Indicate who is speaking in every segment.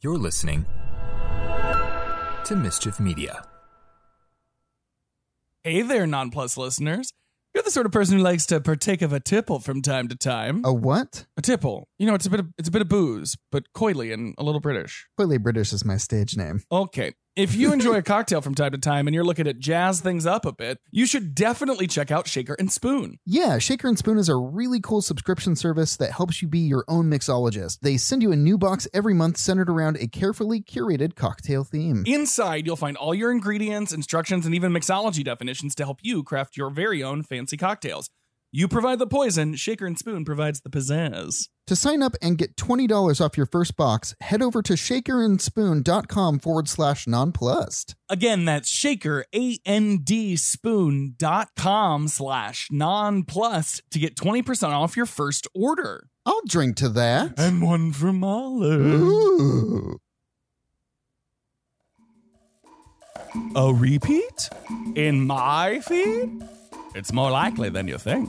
Speaker 1: You're listening to Mischief Media.
Speaker 2: Hey there, Nonplus listeners. You're the sort of person who likes to partake of a tipple from time to time.
Speaker 3: A what?
Speaker 2: A tipple. You know, it's a bit of it's a bit of booze, but coyly and a little British.
Speaker 3: Clearly, British is my stage name.
Speaker 2: Okay. If you enjoy a cocktail from time to time and you're looking to jazz things up a bit, you should definitely check out Shaker and Spoon.
Speaker 3: Yeah, Shaker and Spoon is a really cool subscription service that helps you be your own mixologist. They send you a new box every month centered around a carefully curated cocktail theme.
Speaker 2: Inside, you'll find all your ingredients, instructions, and even mixology definitions to help you craft your very own fancy cocktails. You provide the poison, Shaker and Spoon provides the pizzazz.
Speaker 3: To sign up and get $20 off your first box, head over to shakerandspoon.com forward slash nonplussed.
Speaker 2: Again, that's shaker, A-N-D, spoon dot com slash nonplus to get 20% off your first order.
Speaker 3: I'll drink to that.
Speaker 2: And one from Olive.
Speaker 3: Ooh.
Speaker 2: A repeat? In my feed? It's more likely than you think.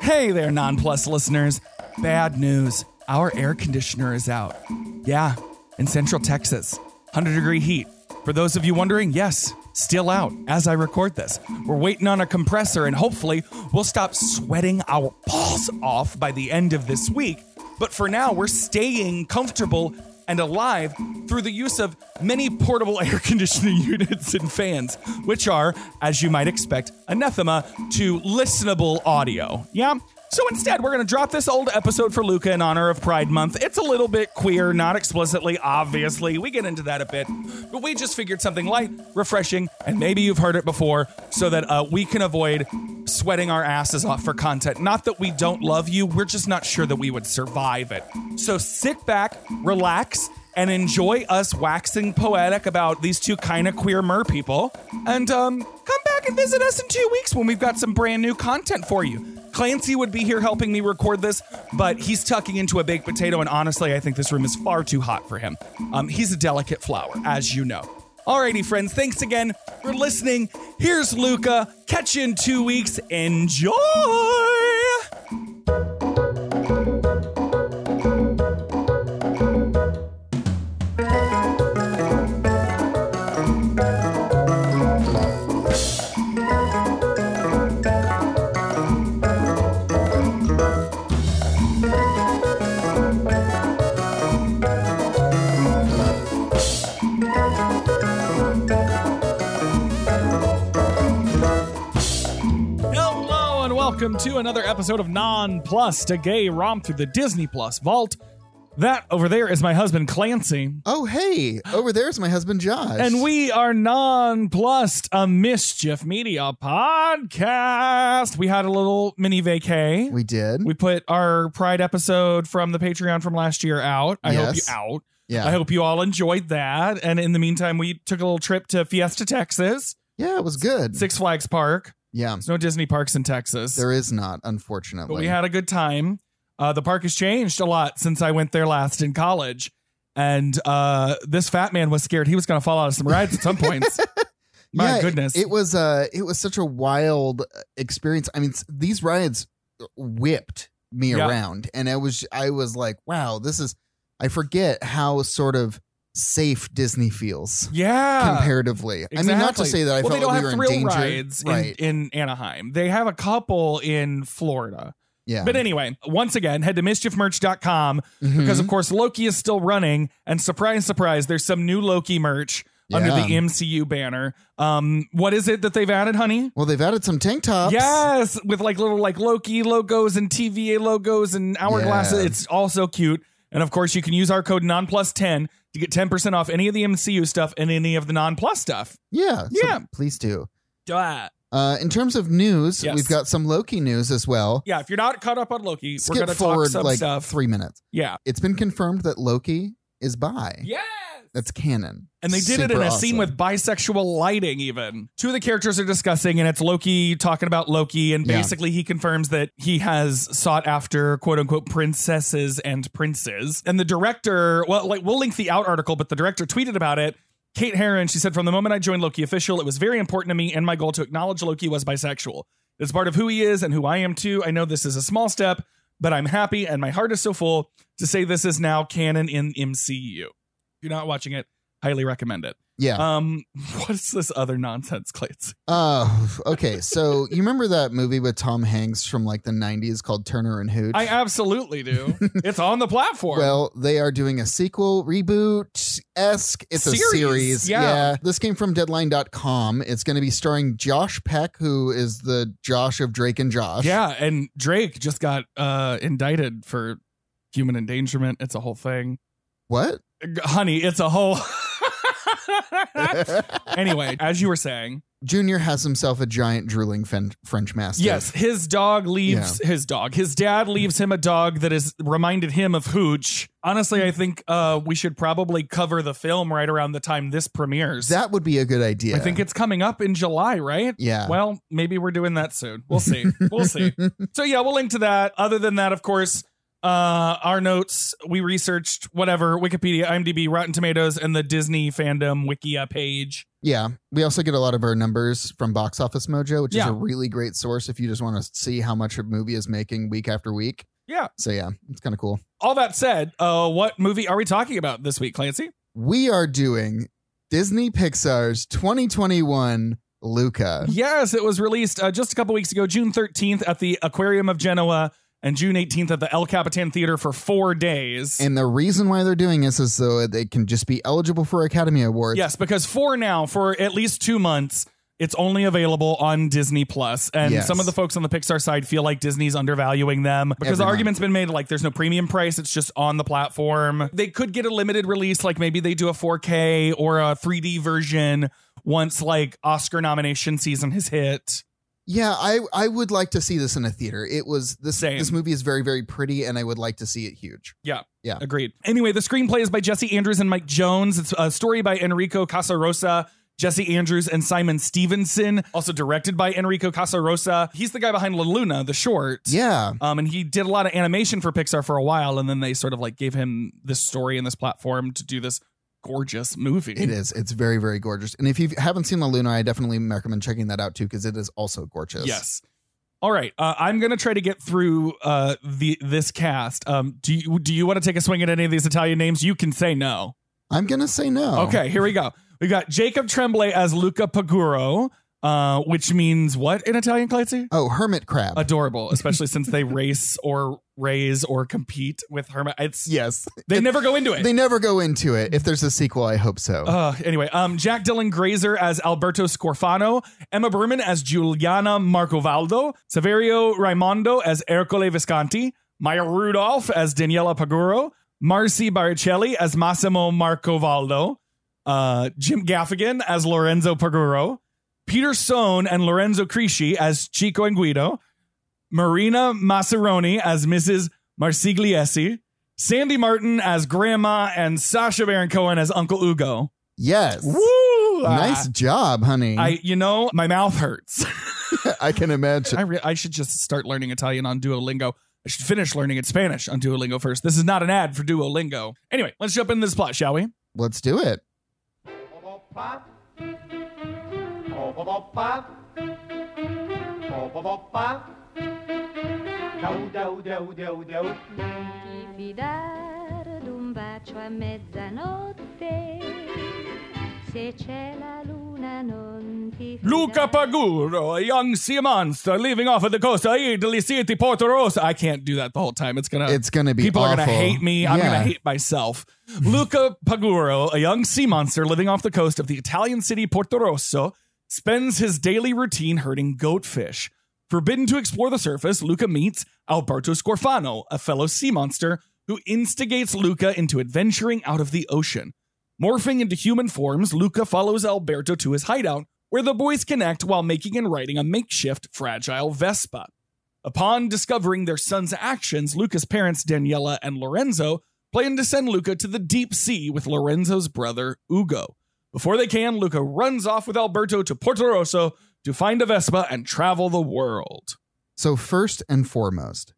Speaker 2: Hey there, nonplus listeners. Bad news. Our air conditioner is out. Yeah, in central Texas. 100 degree heat. For those of you wondering, yes, still out as I record this. We're waiting on a compressor and hopefully we'll stop sweating our balls off by the end of this week. But for now, we're staying comfortable and alive through the use of many portable air conditioning units and fans, which are, as you might expect, anathema to listenable audio. Yeah? So instead, we're going to drop this old episode for Luca in honor of Pride Month. It's a little bit queer, not explicitly, obviously. We get into that a bit. But we just figured something light, refreshing, and maybe you've heard it before, so that uh, we can avoid sweating our asses off for content. Not that we don't love you, we're just not sure that we would survive it. So sit back, relax, and enjoy us waxing poetic about these two kind of queer mer people. And um, come back and visit us in two weeks when we've got some brand new content for you. Clancy would be here helping me record this, but he's tucking into a baked potato, and honestly, I think this room is far too hot for him. Um, he's a delicate flower, as you know. Alrighty, friends, thanks again for listening. Here's Luca. Catch you in two weeks. Enjoy! Hello and welcome to another episode of Non Plus, a gay romp through the Disney Plus vault. That over there is my husband Clancy,
Speaker 3: Oh, hey, over there's my husband Josh.
Speaker 2: and we are nonplussed, a mischief media podcast. We had a little mini vacay.
Speaker 3: we did.
Speaker 2: We put our Pride episode from the Patreon from last year out. I
Speaker 3: Yes.
Speaker 2: hope you out.
Speaker 3: yeah.
Speaker 2: I hope you all enjoyed that. And in the meantime, we took a little trip to Fiesta, Texas,
Speaker 3: yeah, it was good.
Speaker 2: Six Flags Park.
Speaker 3: yeah.
Speaker 2: There's no Disney parks in Texas.
Speaker 3: There is not, unfortunately.
Speaker 2: but we had a good time. Uh, the park has changed a lot since I went there last in college, and uh, this fat man was scared he was going to fall out of some rides at some points. My
Speaker 3: Yeah,
Speaker 2: goodness,
Speaker 3: It was uh it was such a wild uh, experience. I mean, s- these rides uh, whipped me
Speaker 2: Yeah.
Speaker 3: around and I was I was like, wow, this is I forget how sort of safe Disney feels
Speaker 2: yeah.
Speaker 3: comparatively. I mean, not to
Speaker 2: Exactly.
Speaker 3: say that I
Speaker 2: well,
Speaker 3: felt
Speaker 2: they don't
Speaker 3: like
Speaker 2: have
Speaker 3: we were
Speaker 2: thrill
Speaker 3: in danger.
Speaker 2: rides in-
Speaker 3: right.
Speaker 2: in Anaheim. They have a couple in Florida.
Speaker 3: yeah. Mm-hmm.
Speaker 2: But anyway, once again, head to mischiefmerch.com because of course Loki is still running, and surprise, surprise, there's some new Loki merch under
Speaker 3: Yeah.
Speaker 2: the MCU banner. Um, what is it that they've added, honey?
Speaker 3: well, they've added some tank tops.
Speaker 2: Yes, with like little like Loki logos and TVA logos and hourglasses.
Speaker 3: Yeah.
Speaker 2: It's all so cute. And of course, you can use our code NONPLUS10 to get 10% off any of the MCU stuff and any of the NONPLUS stuff.
Speaker 3: Yeah. so
Speaker 2: Yeah.
Speaker 3: please do.
Speaker 2: Duh.
Speaker 3: Uh, in terms of news,
Speaker 2: Yes.
Speaker 3: we've got some Loki news as well.
Speaker 2: Yeah, if you're not caught up on Loki,
Speaker 3: Skip
Speaker 2: we're going to talk
Speaker 3: forward
Speaker 2: some
Speaker 3: like
Speaker 2: stuff.
Speaker 3: three minutes.
Speaker 2: yeah.
Speaker 3: It's been confirmed that Loki is bi.
Speaker 2: Yes.
Speaker 3: That's canon.
Speaker 2: And they did it in
Speaker 3: Super
Speaker 2: a scene
Speaker 3: awesome.
Speaker 2: with bisexual lighting, even. Two of the characters are discussing, and it's Loki talking about Loki. And
Speaker 3: Yeah.
Speaker 2: basically, he confirms that he has sought after quote unquote princesses and princes. And the director, well, like, we'll link the out article, but the director tweeted about it. Kate Herron, she said, from the moment I joined Loki official, it was very important to me and my goal to acknowledge Loki was bisexual. It's part of who he is and who I am too. I know this is a small step, but I'm happy and my heart is so full to say this is now canon in MCU. If you're not watching it, highly recommend it.
Speaker 3: Yeah.
Speaker 2: Um, what's this other nonsense, Clancy?
Speaker 3: Uh, okay. So you remember that movie with Tom Hanks from like the 90s called Turner and Hooch?
Speaker 2: I absolutely do. it's on the platform.
Speaker 3: Well, they are doing a sequel, reboot esque. It's
Speaker 2: Series,
Speaker 3: a series.
Speaker 2: yeah.
Speaker 3: This came from Deadline.com. It's going to be starring Josh Peck, who is the Josh of Drake and Josh.
Speaker 2: yeah, and Drake just got uh indicted for human endangerment. It's a whole thing.
Speaker 3: What?
Speaker 2: G- Honey, it's a whole Anyway, as you were saying,
Speaker 3: Junior has himself a giant drooling fen- French Mastiff.
Speaker 2: yes, his dog leaves his dog. His dad leaves him a dog that has reminded him of Hooch. Honestly, I think uh, we should probably cover the film right around the time this premieres.
Speaker 3: That would be a good idea.
Speaker 2: I think it's coming up in July, right?
Speaker 3: Yeah.
Speaker 2: Well, maybe we're doing that soon. We'll see. we'll see. So yeah, we'll link to that. Other than that, of course, uh, our notes, we researched whatever Wikipedia, IMDb, Rotten Tomatoes, and the Disney fandom Wikia page.
Speaker 3: yeah. We also get a lot of our numbers from Box Office Mojo, which
Speaker 2: Yeah.
Speaker 3: is a really great source if you just want to see how much a movie is making week after week.
Speaker 2: Yeah.
Speaker 3: So yeah, it's kind of cool.
Speaker 2: All that said, uh, what movie are we talking about this week, Clancy?
Speaker 3: we are doing Disney Pixar's 2021 Luca.
Speaker 2: Yes, it was released uh, just a couple weeks ago, June 13th at the Aquarium of Genoa and June 18th at the El Capitan Theater for four days.
Speaker 3: And the reason why they're doing this is so they can just be eligible for Academy Awards.
Speaker 2: Yes, because for now, for at least two months, it's only available on Disney Plus, and
Speaker 3: Yes.
Speaker 2: some of the folks on the Pixar side feel like Disney's undervaluing them because the
Speaker 3: Every
Speaker 2: argument's been made like there's no premium price; it's just on the platform. They could get a limited release, like maybe they do a 4K or a 3D version once like Oscar nomination season has hit.
Speaker 3: Yeah, I, I would like to see this in a theater. It was this
Speaker 2: Same.
Speaker 3: this movie is very very pretty and I would like to see it huge.
Speaker 2: Agreed. Anyway, the screenplay is by Jesse Andrews and Mike Jones. It's a story by Enrico Casarosa, Jesse Andrews, and Simon Stevenson, also directed by Enrico Casarosa. He's the guy behind La Luna, the short.
Speaker 3: Yeah.
Speaker 2: Um, and he did a lot of animation for Pixar for a while, and then they sort of like gave him this story and this platform to do this gorgeous movie.
Speaker 3: It is. It's very very gorgeous. And if you haven't seen La Luna, I definitely recommend checking that out too cuz it is also gorgeous.
Speaker 2: Yes. All right. Uh, I'm gonna try to get through uh the this cast. Um, do you do you want to take a swing at any of these Italian names? You can say no.
Speaker 3: I'm going to say no.
Speaker 2: Okay, here we go. We got Jacob Tremblay as Luca Paguro, uh, which means what in Italian, Clancy?
Speaker 3: Oh, hermit crab.
Speaker 2: Adorable, especially since they race or raise or compete with Herma. It's
Speaker 3: yes.
Speaker 2: they never go into it.
Speaker 3: They never go into it. If there's a sequel, I hope so.
Speaker 2: Uh, anyway, um, Jack Dylan Grazer as Alberto Scorfano, Emma Berman as Giuliana Marcovaldo, Saverio Raimondo as Ercole Visconti, Maya Rudolph as Daniela Paguro, Marcy Baricelli as Massimo Marcovaldo, uh, Jim Gaffigan as Lorenzo Paguro, Peter Sohn and Lorenzo Crisci as Chico and Guido, Marina Massaroni as Mrs. Marsigliesi, Sandy Martin as Grandma, and Sasha Baron Cohen as Uncle Ugo.
Speaker 3: yes.
Speaker 2: Woo!
Speaker 3: Nice job, honey.
Speaker 2: I, you know, my mouth hurts.
Speaker 3: I can imagine.
Speaker 2: I, re- I should just start learning Italian on Duolingo. I should finish learning it Spanish on Duolingo first. This is not an ad for Duolingo. Anyway, let's jump into this plot, shall we?
Speaker 3: Let's do it.
Speaker 4: Pop-pop. Pop-pop-pop. Pop-pop-pop. Dow, dow, dow, dow, dow.
Speaker 5: Ti fidare d'un bacio a mezzanotte. Se c'è la luna non ti
Speaker 2: Luca
Speaker 5: fidare.
Speaker 2: Paguro, a young sea monster living off of the coast of Italy City, Porto Rosa. I can't do that the whole time. It's gonna.
Speaker 3: It's gonna be
Speaker 2: people are gonna
Speaker 3: awful.
Speaker 2: hate me. I'm gonna
Speaker 3: Yeah.
Speaker 2: hate myself. Luca Paguro, a young sea monster living off the coast of the Italian city Porto Rosso, spends his daily routine herding goatfish. Forbidden to explore the surface, Luca meets Alberto Scorfano, a fellow sea monster who instigates Luca into adventuring out of the ocean. Morphing into human forms, Luca follows Alberto to his hideout, where the boys connect while making and riding a makeshift fragile Vespa. Upon discovering their son's actions, Luca's parents, Daniela and Lorenzo, plan to send Luca to the deep sea with Lorenzo's brother, Ugo. Before they can, Luca runs off with Alberto to Porto Rosso to find a Vespa and travel the world.
Speaker 3: So first and foremost,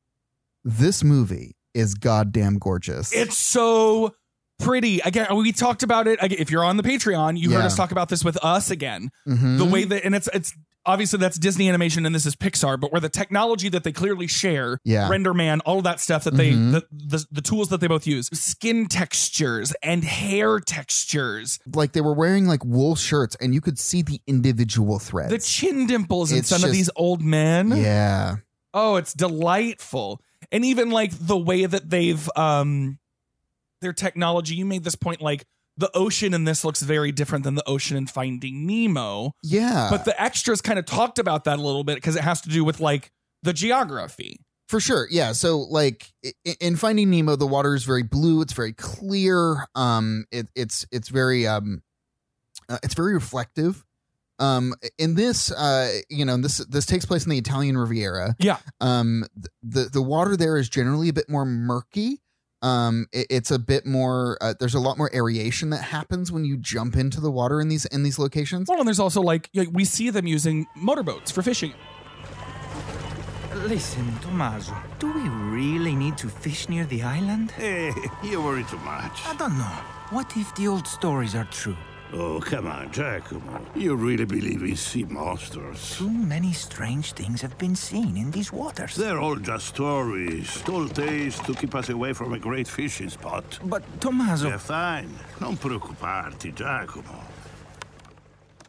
Speaker 3: this movie is goddamn gorgeous.
Speaker 2: It's so pretty. Again, we talked about it. Again, if you're on the Patreon, you heard
Speaker 3: Yeah.
Speaker 2: us talk about this with us again.
Speaker 3: Mhm.
Speaker 2: The way that, and it's, it's, obviously that's Disney animation and this is Pixar, but where the technology that they clearly share,
Speaker 3: Yeah. Mm-hmm.
Speaker 2: Render Man, all of that stuff that they the, the the tools that they both use, skin textures and hair textures,
Speaker 3: Like they were wearing like wool shirts and you could see the individual threads.
Speaker 2: the chin dimples in
Speaker 3: It's
Speaker 2: some of
Speaker 3: just-
Speaker 2: these old men.
Speaker 3: yeah.
Speaker 2: Oh, it's delightful. And even like the way that they've um their technology, you made this point like the ocean in this looks very different than the ocean in Finding Nemo.
Speaker 3: Yeah.
Speaker 2: But the extras kind of talked about that a little bit because it has to do with like the geography.
Speaker 3: For sure. Yeah. So like i- i- in Finding Nemo, the water is very blue. It's very clear. Um, it, it's, it's very, um, uh, it's very reflective. Um, in this, uh, you know, this, this takes place in the Italian Riviera.
Speaker 2: Yeah.
Speaker 3: Um, th- the, the water there is generally a bit more murky. Um, it, it's a bit more, uh, there's a lot more aeration that happens when you jump into the water in these, in these locations.
Speaker 2: Well, and there's also like you know, we see them using motorboats for fishing.
Speaker 6: Listen, Tommaso, do we really need to fish near the island?
Speaker 7: Eh, you worry too much.
Speaker 6: I don't know. What if the old stories are true?
Speaker 7: Oh, come on, Giacomo. You really believe in sea monsters?
Speaker 6: Too many strange things have been seen in these waters.
Speaker 7: They're all just stories, told tales to keep us away from a great fishing spot.
Speaker 6: But Tommaso,
Speaker 7: They're fine. Non preoccuparti, Giacomo.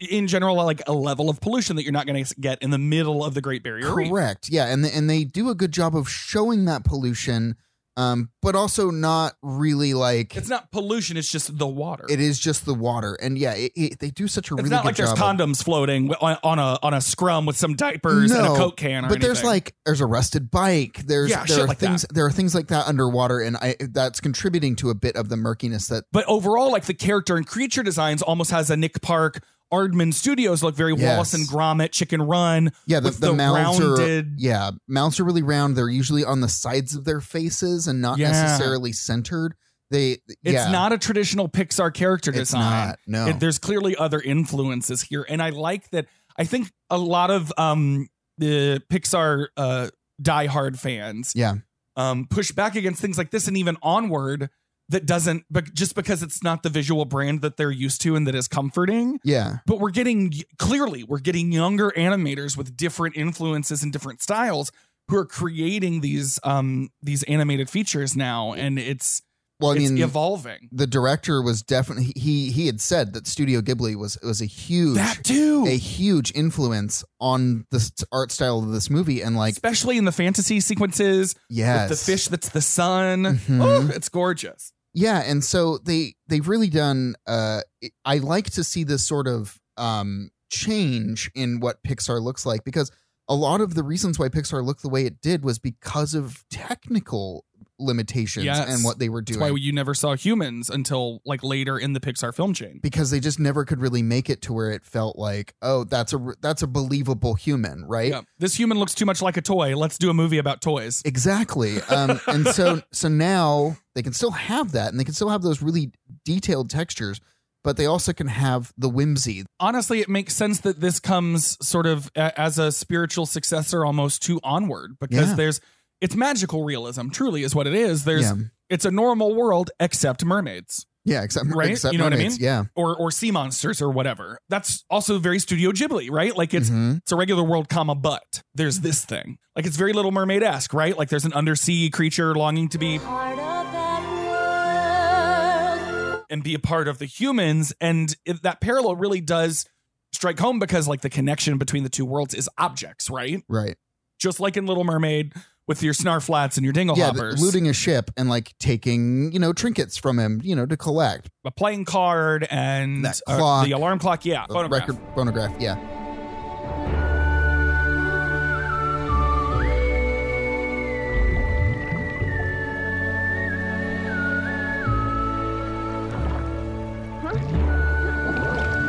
Speaker 2: In general, like a level of pollution that you're not going to get in the middle of the Great Barrier Reef.
Speaker 3: Correct. Yeah, and and they do a good job of showing that pollution, um, but also not really like
Speaker 2: It's not pollution; it's just the water.
Speaker 3: it is just the water. And yeah, it, it, they do such a
Speaker 2: it's
Speaker 3: really
Speaker 2: not
Speaker 3: good
Speaker 2: like
Speaker 3: job.
Speaker 2: there's
Speaker 3: of-
Speaker 2: condoms floating wi- on, on a on a scrum with some diapers and a coke can. Or
Speaker 3: but there's
Speaker 2: anything.
Speaker 3: like there's a rusted bike. There's
Speaker 2: Yeah, shit
Speaker 3: there are
Speaker 2: like
Speaker 3: things
Speaker 2: that.
Speaker 3: there are things like that underwater, and I that's contributing to a bit of the murkiness that
Speaker 2: But overall, like the character and creature designs almost has a Nick Park Ardman Studios look very
Speaker 3: Yes.
Speaker 2: Wallace and Gromit, Chicken Run.
Speaker 3: Yeah, the,
Speaker 2: with
Speaker 3: the, mouths are
Speaker 2: rounded.
Speaker 3: yeah mouths are really round. They're usually on the sides of their faces and not
Speaker 2: Yeah.
Speaker 3: necessarily centered. They
Speaker 2: It's
Speaker 3: yeah,
Speaker 2: not a traditional Pixar character
Speaker 3: It's
Speaker 2: design.
Speaker 3: not, no.
Speaker 2: It- there's clearly other influences here, and I like that. I think a lot of um, the Pixar uh, diehard fans
Speaker 3: yeah
Speaker 2: um, push back against things like this, and even onward that doesn't, but just because it's not the visual brand that they're used to and that is comforting.
Speaker 3: yeah
Speaker 2: But we're getting clearly we're getting younger animators with different influences and different styles who are creating these um, these animated features now, and it's
Speaker 3: well I
Speaker 2: it's
Speaker 3: mean
Speaker 2: evolving.
Speaker 3: the director was definitely he he had said that Studio Ghibli was was a huge
Speaker 2: That too.
Speaker 3: a huge influence on the s- art style of this movie and like
Speaker 2: especially in the fantasy sequences
Speaker 3: yes
Speaker 2: with the fish that's the sun.
Speaker 3: Mhm.
Speaker 2: Oh, it's gorgeous.
Speaker 3: yeah and so they they've really done uh it- I like to see this sort of um change in what Pixar looks like because a lot of the reasons why Pixar looked the way it did was because of technical limitations
Speaker 2: Yes.
Speaker 3: and what they were doing
Speaker 2: That's why you never saw humans until like later in the Pixar film chain.
Speaker 3: because they just never could really make it to where it felt like oh that's a r- that's a believable human right
Speaker 2: Yeah. This human looks too much like a toy. Let's do a movie about toys.
Speaker 3: Exactly. Um, and so so now they can still have that and they can still have those really detailed textures, but they also can have the whimsy.
Speaker 2: Honestly, it makes sense that this comes sort of a- as a spiritual successor almost to Onward because
Speaker 3: Yeah.
Speaker 2: there's it's magical realism truly is what it is. There's
Speaker 3: Yeah.
Speaker 2: it's a normal world except mermaids.
Speaker 3: Yeah, except
Speaker 2: Right?
Speaker 3: except
Speaker 2: You know what I
Speaker 3: mermaids.
Speaker 2: mean?
Speaker 3: Yeah.
Speaker 2: or or sea monsters or whatever. That's also very Studio Ghibli, right? Like it's
Speaker 3: Mhm.
Speaker 2: it's a regular world, comma, but there's this thing. Like it's very Little Mermaid esque, right? Like there's an undersea creature longing to be
Speaker 5: Part of that world.
Speaker 2: and be a part of the humans, and it, that parallel really does strike home because like the connection between the two worlds is objects, right?
Speaker 3: Right.
Speaker 2: Just like in Little Mermaid with your snarflats and your dingle
Speaker 3: yeah,
Speaker 2: hoppers,
Speaker 3: looting a ship and like taking, you know, trinkets from him, you know, to collect.
Speaker 2: a playing card and
Speaker 3: That
Speaker 2: uh,
Speaker 3: clock.
Speaker 2: the alarm clock, yeah,
Speaker 3: A
Speaker 2: phonograph.
Speaker 3: Record phonograph. Yeah.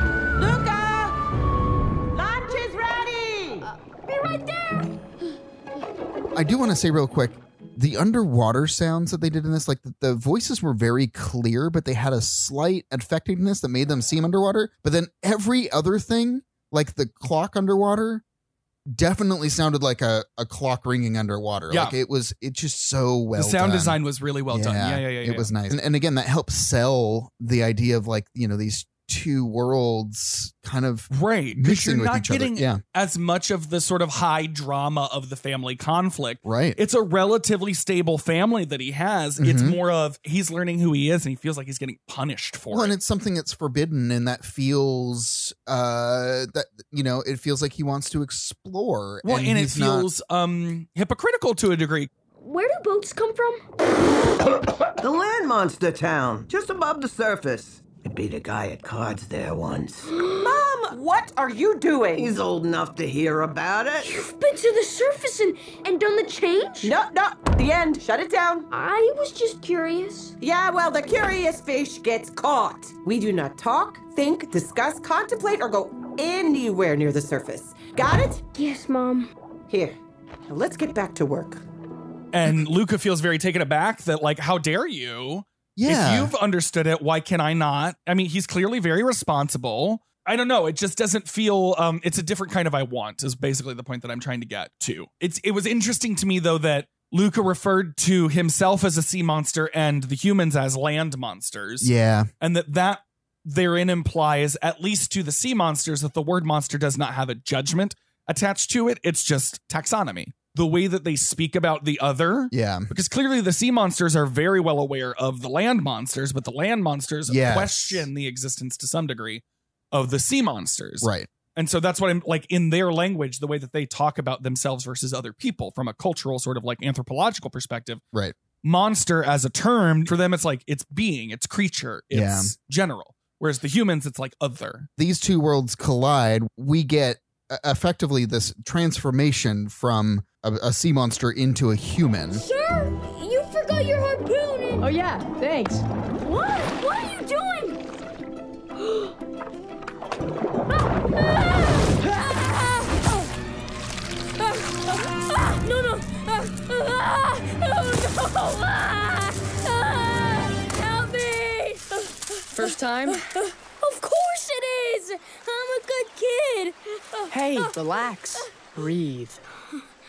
Speaker 8: Luca! Lunch is ready!
Speaker 3: I do want to say real quick the underwater sounds that they did in this, like the, the voices were very clear, but they had a slight effectiveness that made them seem underwater. But then every other thing, like the clock underwater, definitely sounded like a, a clock ringing underwater.
Speaker 2: Yeah.
Speaker 3: Like it was, it just so well
Speaker 2: the sound
Speaker 3: done.
Speaker 2: design was really well done. Yeah, yeah, yeah. yeah.
Speaker 3: It was nice. And, and again, that helps sell the idea of like, you know, these two worlds kind of
Speaker 2: Right. 'cause
Speaker 3: Mixing
Speaker 2: you're
Speaker 3: with
Speaker 2: not
Speaker 3: each other,
Speaker 2: getting
Speaker 3: yeah.
Speaker 2: as much of the sort of high drama of the family conflict.
Speaker 3: Right.
Speaker 2: It's a relatively stable family that he has. It's
Speaker 3: Mhm.
Speaker 2: more of he's learning who he is and he feels like he's getting punished for
Speaker 3: well,
Speaker 2: it.
Speaker 3: and it's something that's forbidden, and that feels uh that you know it feels like he wants to explore.
Speaker 2: well, and, it
Speaker 3: he's not-
Speaker 2: feels um hypocritical to a degree.
Speaker 9: Where do boats come from?
Speaker 8: The land monster town, just above the surface. I beat a guy at cards there once.
Speaker 10: Mom, what are you doing?
Speaker 8: He's old enough to hear about it.
Speaker 9: You've been to the surface and, and done the change?
Speaker 10: No, no, the end. Shut it down.
Speaker 9: I was just curious.
Speaker 10: Yeah, well, the curious fish gets caught. We do not talk, think, discuss, contemplate, or go anywhere near the surface. Got it?
Speaker 9: Yes, Mom.
Speaker 10: Here. Now let's get back to work.
Speaker 2: And Luca feels very taken aback that like, how dare you?
Speaker 3: yeah.
Speaker 2: If you've understood it, why can I not? I mean, he's clearly very responsible. I don't know. It just doesn't feel. Um, it's a different kind of I want. Is basically the point that I'm trying to get to. It's. It was interesting to me though that Luca referred to himself as a sea monster and the humans as land monsters.
Speaker 3: yeah,
Speaker 2: and that that therein implies at least to the sea monsters that the word monster does not have a judgment attached to it. It's just taxonomy. The way that they speak about the other
Speaker 3: yeah,
Speaker 2: because clearly the sea monsters are very well aware of the land monsters, but the land monsters
Speaker 3: Yes.
Speaker 2: question the existence to some degree of the sea monsters.
Speaker 3: right.
Speaker 2: And so that's what I'm like in their language, the way that they talk about themselves versus other people from a cultural sort of like anthropological perspective.
Speaker 3: Right.
Speaker 2: Monster as a term for them, it's like it's being, it's creature, it's
Speaker 3: Yeah.
Speaker 2: general. Whereas the humans, it's like other.
Speaker 3: These two worlds collide. We get uh, effectively this transformation from a, a sea monster into a human.
Speaker 9: Sure, you forgot your harpoon and.
Speaker 11: Oh, yeah, thanks.
Speaker 9: What? What are you doing? No, no. Help me.
Speaker 11: First time?
Speaker 9: Of course it is. I'm a good kid.
Speaker 11: Hey, relax. Breathe.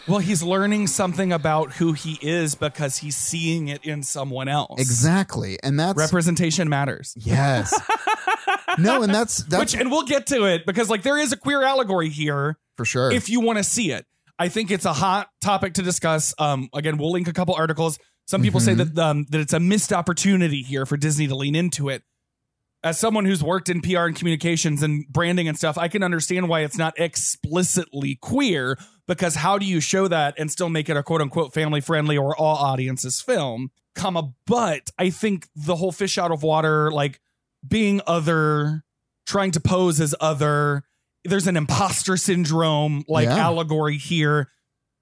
Speaker 2: Well, he's learning something about who he is because he's seeing it in someone else.
Speaker 3: Exactly, and that's
Speaker 2: Representation matters.
Speaker 3: yes. no, and that's that's
Speaker 2: Which, uh, and we'll get to it because, like, there is a queer allegory here
Speaker 3: for sure.
Speaker 2: if you want to see it. I think it's a hot topic to discuss. Um, again, we'll link a couple articles. Some people say
Speaker 3: Mm-hmm.
Speaker 2: that um, that it's a missed opportunity here for Disney to lean into it. As someone who's worked in PR and communications and branding and stuff, I can understand why it's not explicitly queer because how do you show that and still make it a quote unquote family friendly or all audiences film, comma, but I think the whole fish out of water, like being other, trying to pose as other, there's an imposter syndrome like
Speaker 3: Yeah.
Speaker 2: allegory here.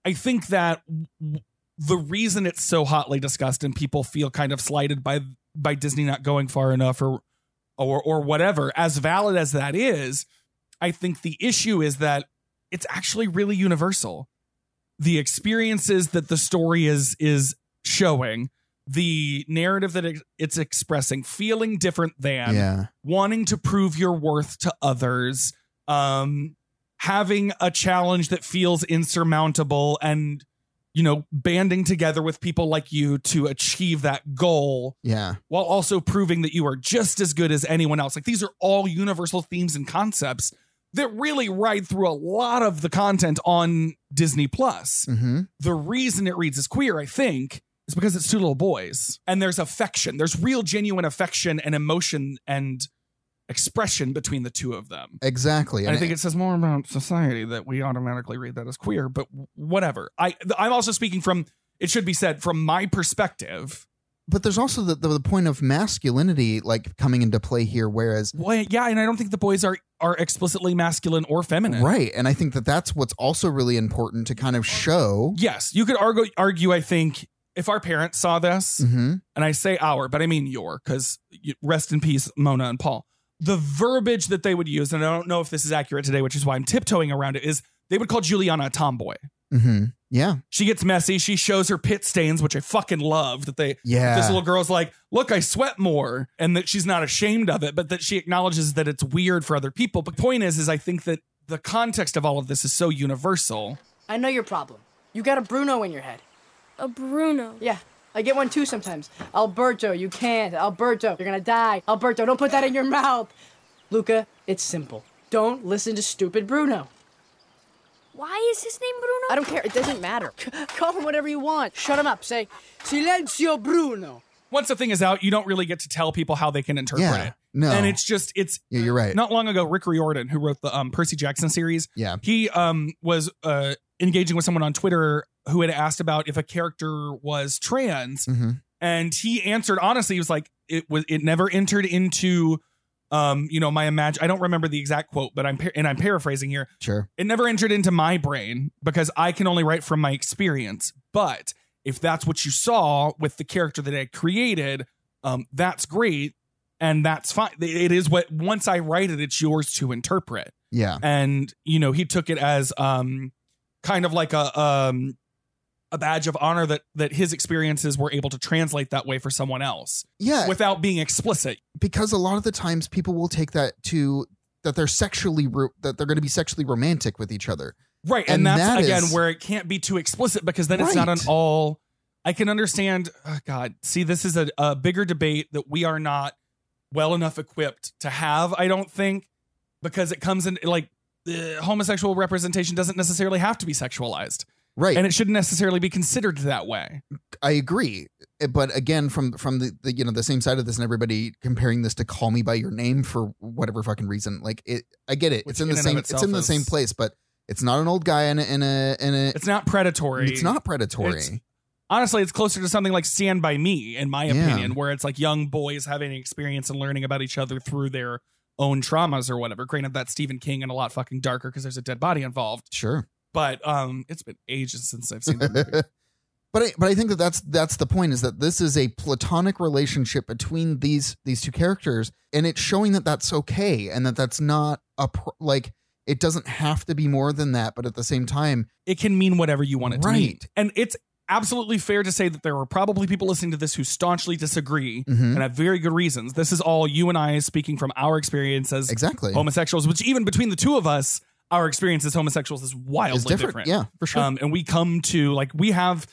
Speaker 2: I think that w- the reason it's so hotly discussed and people feel kind of slighted by by Disney not going far enough or or or whatever, as valid as that is, I think the issue is that it's actually really universal. The experiences that the story is is showing, the narrative that it- it's expressing, feeling different than
Speaker 3: yeah,
Speaker 2: wanting to prove your worth to others, um, having a challenge that feels insurmountable, and you know, banding together with people like you to achieve that goal
Speaker 3: yeah,
Speaker 2: while also proving that you are just as good as anyone else. Like these are all universal themes and concepts that really ride through a lot of the content on Disney Plus.
Speaker 3: hmm
Speaker 2: The reason it reads as queer, I think, is because it's two little boys and there's affection. There's real genuine affection and emotion and expression between the two of them.
Speaker 3: exactly.
Speaker 2: And I
Speaker 3: And
Speaker 2: think it says more about society that we automatically read that as queer, but whatever. I th- I'm also speaking from it should be said from my perspective.
Speaker 3: but there's also the, the, the point of masculinity like coming into play here whereas
Speaker 2: Well, yeah, and I don't think the boys are are explicitly masculine or feminine.
Speaker 3: right and i think that that's what's also really important to kind of show
Speaker 2: Yes, you could argue. Argue, I think, if our parents saw this,
Speaker 3: hmm
Speaker 2: and I say our, but I mean your, because rest in peace, Mona and Paul. The verbiage that they would use, and I don't know if this is accurate today, which is why I'm tiptoeing around it, is they would call Juliana a tomboy.
Speaker 3: hmm yeah
Speaker 2: She gets messy. She shows her pit stains, which I fucking love. That they,
Speaker 3: Yeah.
Speaker 2: this little girl's like, look, I sweat more, and that she's not ashamed of it, but that she acknowledges that it's weird for other people. But the point is, is I think that the context of all of this is so universal.
Speaker 11: I know your problem. You got a Bruno in your head.
Speaker 9: A Bruno.
Speaker 11: Yeah, I get one too sometimes. Alberto, you can't. Alberto, you're gonna die. Alberto, don't put that in your mouth. Luca, it's simple. Don't listen to stupid Bruno.
Speaker 9: Why is his name Bruno?
Speaker 11: I don't care. It doesn't matter. Call him whatever you want. Shut him up. Say, Silencio Bruno.
Speaker 2: Once a thing is out, you don't really get to tell people how they can interpret
Speaker 3: Yeah,
Speaker 2: it.
Speaker 3: no.
Speaker 2: And it's just it's
Speaker 3: Yeah, you're right.
Speaker 2: Not long ago, Rick Riordan, who wrote the um, Percy Jackson series,
Speaker 3: Yeah.
Speaker 2: he um was uh engaging with someone on Twitter who had asked about if a character was trans,
Speaker 3: Mhm.
Speaker 2: and he answered honestly. He was like, "It was. It never entered into." Um, you know, my imagine. I don't remember the exact quote, but I'm par- and I'm paraphrasing here.
Speaker 3: Sure.
Speaker 2: It never entered into my brain because I can only write from my experience. But if that's what you saw with the character that I created, um, that's great and that's fine. It is what once I write it, it's yours to interpret.
Speaker 3: Yeah.
Speaker 2: And you know, he took it as um, kind of like a um, a badge of honor that that his experiences were able to translate that way for someone else.
Speaker 3: Yeah.
Speaker 2: without being explicit.
Speaker 3: because a lot of the times people will take that to that they're sexually ro- that they're going to be sexually romantic with each other.
Speaker 2: Right. And,
Speaker 3: And
Speaker 2: that's
Speaker 3: that
Speaker 2: again
Speaker 3: is-
Speaker 2: where it can't be too explicit because then it's not an
Speaker 3: Right.
Speaker 2: all I can understand oh God. See, this is a, a bigger debate that we are not well enough equipped to have, I don't think, because it comes in like the homosexual representation doesn't necessarily have to be sexualized.
Speaker 3: Right.
Speaker 2: And it shouldn't necessarily be considered that way.
Speaker 3: I agree, eh, but again, from from the, the you know the same side of this, and everybody comparing this to "Call Me by Your Name" for whatever fucking reason. Like it, I get it.
Speaker 2: Which
Speaker 3: it's in
Speaker 2: in
Speaker 3: the
Speaker 2: and of
Speaker 3: same. It's
Speaker 2: itself
Speaker 3: in the
Speaker 2: is-
Speaker 3: same place, but it's not an old guy in a in a in a.
Speaker 2: It's not predatory.
Speaker 3: It's not predatory.
Speaker 2: It's- honestly, it's closer to something like Stand By Me, in my
Speaker 3: Yeah.
Speaker 2: opinion, where it's like young boys having experience and learning about each other through their own traumas or whatever. Granted, that's Stephen King and a lot fucking darker because there's a dead body involved.
Speaker 3: sure.
Speaker 2: But um, it's been ages since I've seen that movie.
Speaker 3: but I, but I think that that's that's the point is that this is a platonic relationship between these these two characters and it's showing that that's okay and that that's not a pr- like it doesn't have to be more than that but at the same time
Speaker 2: it can mean whatever you want it to mean.
Speaker 3: Right.
Speaker 2: And it's absolutely fair to say that there are probably people listening to this who staunchly disagree
Speaker 3: Mhm.
Speaker 2: and have very good reasons. This is all you and I speaking from our experiences.
Speaker 3: exactly
Speaker 2: homosexuals, which even between the two of us, our experience as homosexuals is wildly
Speaker 3: It's different, yeah, for sure.
Speaker 2: Um, and we come to like we have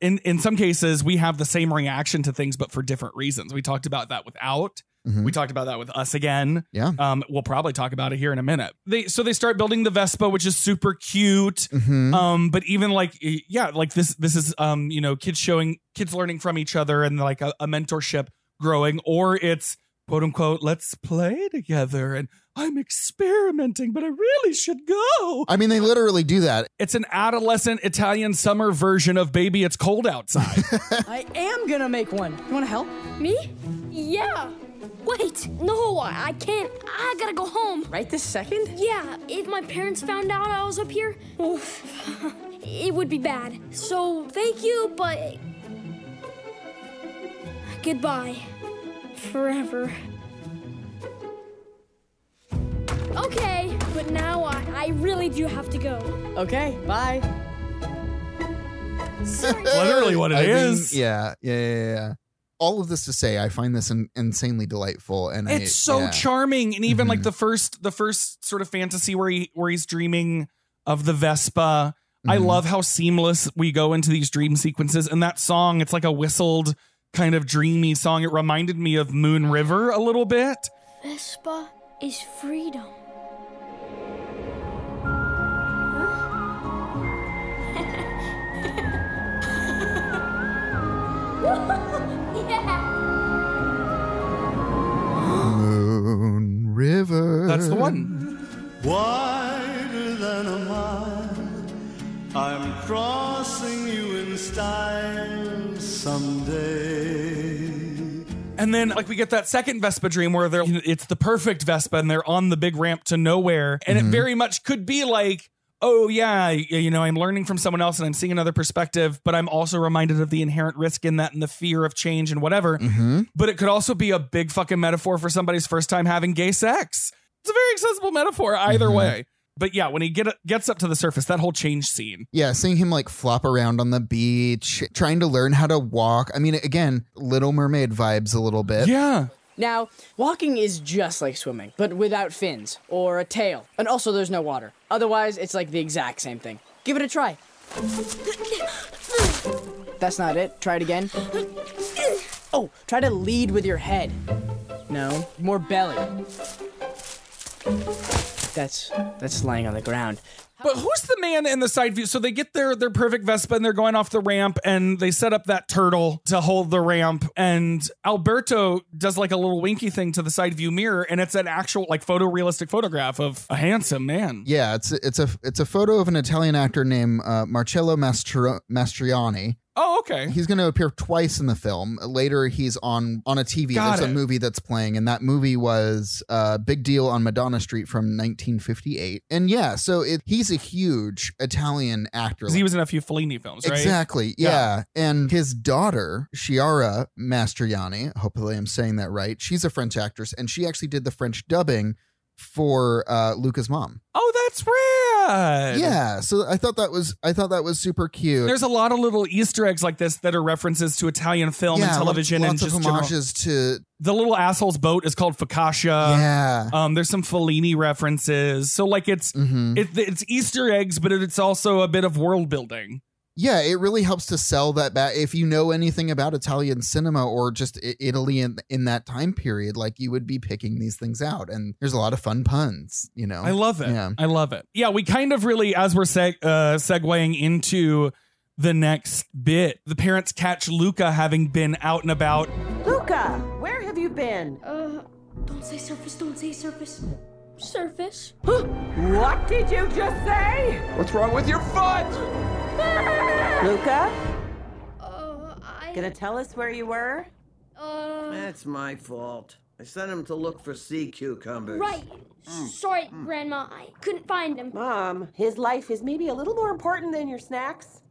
Speaker 2: in in some cases we have the same reaction to things, but for different reasons. We talked about that without.
Speaker 3: Mhm.
Speaker 2: We talked about that with us again.
Speaker 3: yeah
Speaker 2: Um, we'll probably talk about it here in a minute. They so they start building the Vespa, which is super cute.
Speaker 3: Mhm.
Speaker 2: Um, but even like y- yeah, like this this is um, you know, kids showing kids learning from each other and like a, a mentorship growing, or it's quote unquote, let's play together and I'm experimenting, but I really should go.
Speaker 3: I mean they literally do that
Speaker 2: It's an adolescent Italian summer version of Baby It's Cold Outside.
Speaker 11: I am gonna make one. You wanna help?
Speaker 9: Me? Yeah. Wait, no, I I can't. I gotta go home.
Speaker 11: Right this second?
Speaker 9: Yeah, if my parents found out I was up here, oof, it would be bad. So thank you, but goodbye forever. Okay, but now I, I really do have to go.
Speaker 11: Okay, bye.
Speaker 9: Sorry.
Speaker 2: Literally what it
Speaker 3: I mean,
Speaker 2: is.
Speaker 3: yeah, yeah yeah yeah, yeah. all of this to say I find this in, insanely delightful and I-
Speaker 2: it's so
Speaker 3: yeah.
Speaker 2: charming and even like the first the first sort of fantasy where he where he's dreaming of the vespa i
Speaker 3: Mhm.
Speaker 2: love how seamless we go into these dream sequences and that song it's like a whistled kind of dreamy song it reminded me of moon river a little bit
Speaker 9: Vespa is freedom. yeah.
Speaker 3: Moon River
Speaker 2: that's the one
Speaker 12: Wider than a mile, I'm crossing you in style someday.
Speaker 2: and then like we get that second vespa dream where they're it's the perfect vespa and they're on the big ramp to nowhere and it very much could be like oh yeah y- you know i'm learning from someone else and i'm seeing another perspective but i'm also reminded of the inherent risk in that and the fear of change and whatever but it could also be a big fucking metaphor for somebody's first time having gay sex it's a very accessible metaphor either way but yeah when he get, gets up to the surface that whole change scene
Speaker 3: Yeah, seeing him like flop around on the beach, trying to learn how to walk. I mean, again, Little Mermaid vibes a little bit.
Speaker 2: yeah
Speaker 11: Now, walking is just like swimming, but without fins or a tail. And also, there's no water. Otherwise, it's like the exact same thing. Give it a try. That's not it. Try it again. Oh, try to lead with your head. No, more belly. That's that's lying on the ground.
Speaker 2: But who's the man in the side view? So they get their their perfect Vespa and they're going off the ramp and they set up that turtle to hold the ramp and Alberto does like a little winky thing to the side view mirror and it's an actual like photorealistic photograph of a handsome man.
Speaker 3: Yeah, it's it's a it's a photo of an Italian actor named uh, Marcello Mastro- Mastroianni.
Speaker 2: Oh, okay.
Speaker 3: He's going to appear twice in the film. Later, he's on on a TV.
Speaker 2: Got
Speaker 3: There's
Speaker 2: it.
Speaker 3: a movie that's playing, and that movie was uh, Big Deal on Madonna Street from 1958. And yeah, so it, he's a huge Italian actor.
Speaker 2: 'Cause he was in a few Fellini films, right?
Speaker 3: Exactly. Yeah. And his daughter, Chiara Mastroianni, hopefully I'm saying that right. She's a French actress and she actually did the French dubbing for uh, Luca's mom.
Speaker 2: Oh, that's rad.
Speaker 3: Yeah. So I thought that was I thought that was super cute.
Speaker 2: There's a lot of little Easter eggs like this that are references to Italian film and
Speaker 3: Yeah,
Speaker 2: television
Speaker 3: lots, lots
Speaker 2: and just
Speaker 3: of
Speaker 2: general-
Speaker 3: homages to
Speaker 2: The little asshole's boat is called Focaccia.
Speaker 3: Yeah.
Speaker 2: Um, there's some Fellini references. So like it's it, it's Easter eggs, but it's also a bit of world building.
Speaker 3: yeah, it really helps to sell that back. If you know anything about Italian cinema or just I- Italy in, in that time period, like you would be picking these things out. And there's a lot of fun puns, you know.
Speaker 2: I love it.
Speaker 3: Yeah.
Speaker 2: I love it. Yeah, we kind of really, as we're seg- uh, segueing into the next bit, the parents catch Luca having been out and about.
Speaker 10: Luca, where have you been?
Speaker 9: Uh, don't say surface, don't say surface. Surface?
Speaker 10: What did you just say? What's wrong with your foot? Luca?
Speaker 9: Uh,
Speaker 10: Gonna tell us where you were?
Speaker 8: That's my fault. I sent him to look for sea cucumbers.
Speaker 9: Right. Sorry, Grandma. I couldn't find him.
Speaker 10: Mom, his life is maybe a little more important than your snacks.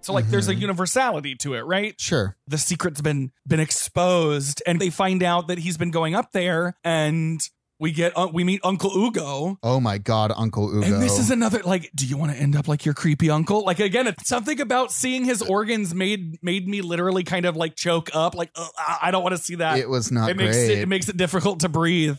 Speaker 2: So like, there's a universality to it, right?
Speaker 3: Sure.
Speaker 2: The secret's been been exposed, and they find out that he's been going up there, and we get uh, we meet Uncle Ugo.
Speaker 3: Oh my God, Uncle Ugo.
Speaker 2: And this is another like, do you want to end up like your creepy uncle? Like again, it's something about seeing his organs made made me literally kind of like choke up. Like "Ugh, I- I don't want to see that.
Speaker 3: It was not
Speaker 2: It makes it,
Speaker 3: great.
Speaker 2: it makes it difficult to breathe.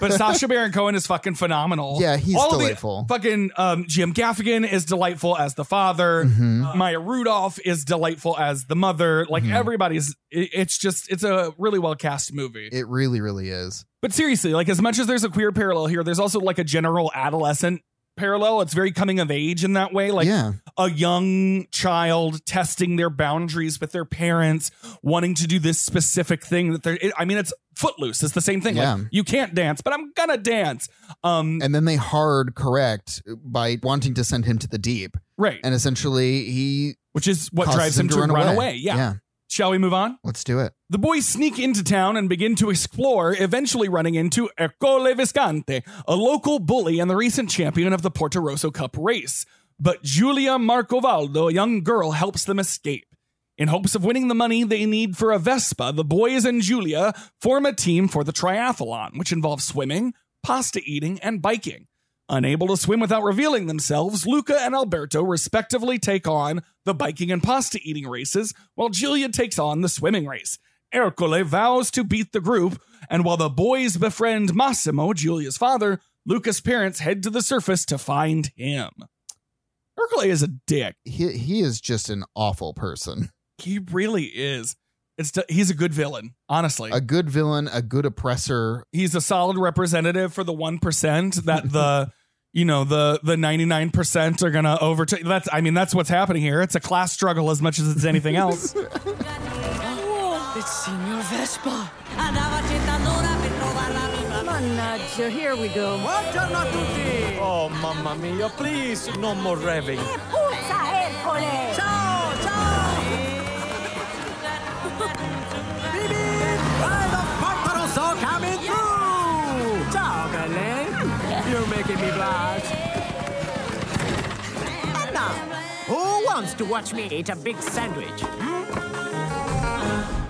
Speaker 2: but Sasha Baron Cohen is fucking phenomenal.
Speaker 3: Yeah, he's
Speaker 2: All of the-
Speaker 3: delightful.
Speaker 2: fucking um, Jim Gaffigan is delightful as the father.
Speaker 3: Mm-hmm.
Speaker 2: Uh, Maya Rudolph is delightful as the mother. Like everybody's, it- it's just it's a really well cast movie.
Speaker 3: it really, really is.
Speaker 2: But seriously, like as much as there's a queer parallel here, there's also like a general adolescent parallel. It's very coming of age in that way. Like
Speaker 3: Yeah.
Speaker 2: a young child testing their boundaries with their parents, wanting to do this specific thing that they're. It, I mean, it's footloose. It's the same thing. Like,
Speaker 3: Yeah.
Speaker 2: you can't dance, but I'm gonna dance. Um,
Speaker 3: and then they hard correct by wanting to send him to the deep.
Speaker 2: Right.
Speaker 3: And essentially he
Speaker 2: which is what
Speaker 3: causes
Speaker 2: drives him to run, away. Yeah.
Speaker 3: yeah.
Speaker 2: Shall we move on?
Speaker 3: Let's do it.
Speaker 2: The boys sneak into town and begin to explore, eventually running into Ercole Viscante, a local bully and the recent champion of the Porto Rosso Cup race. But Giulia Marcovaldo, a young girl, helps them escape. In hopes of winning the money they need for a Vespa, the boys and Julia form a team for the triathlon, which involves swimming, pasta eating, and biking. Unable to swim without revealing themselves, Luca and Alberto respectively take on the biking and pasta eating races, while Julia takes on the swimming race. Ercole vows to beat the group, and while the boys befriend Massimo, Julia's father, Luca's parents head to the surface to find him. Ercole is a dick.
Speaker 3: He he is just an awful person.
Speaker 2: He really is. It's he's a good villain, honestly.
Speaker 3: A good villain, a good oppressor.
Speaker 2: he's a solid representative for the 1% that the you know the the 99% are going to overtake that's i mean that's what's happening here it's a class struggle as much as it's anything else
Speaker 11: Whoa! It's Signor Vespa.
Speaker 13: Mannaggia, here we go.
Speaker 12: Buongiorno a tutti! Oh, mamma mia, please, no more revving.
Speaker 13: Puzza Ercole! Ciao,
Speaker 12: Portalo so coming through! Ciao, Belen. You're making me blush.
Speaker 13: Anna! Who wants to watch me eat a big sandwich?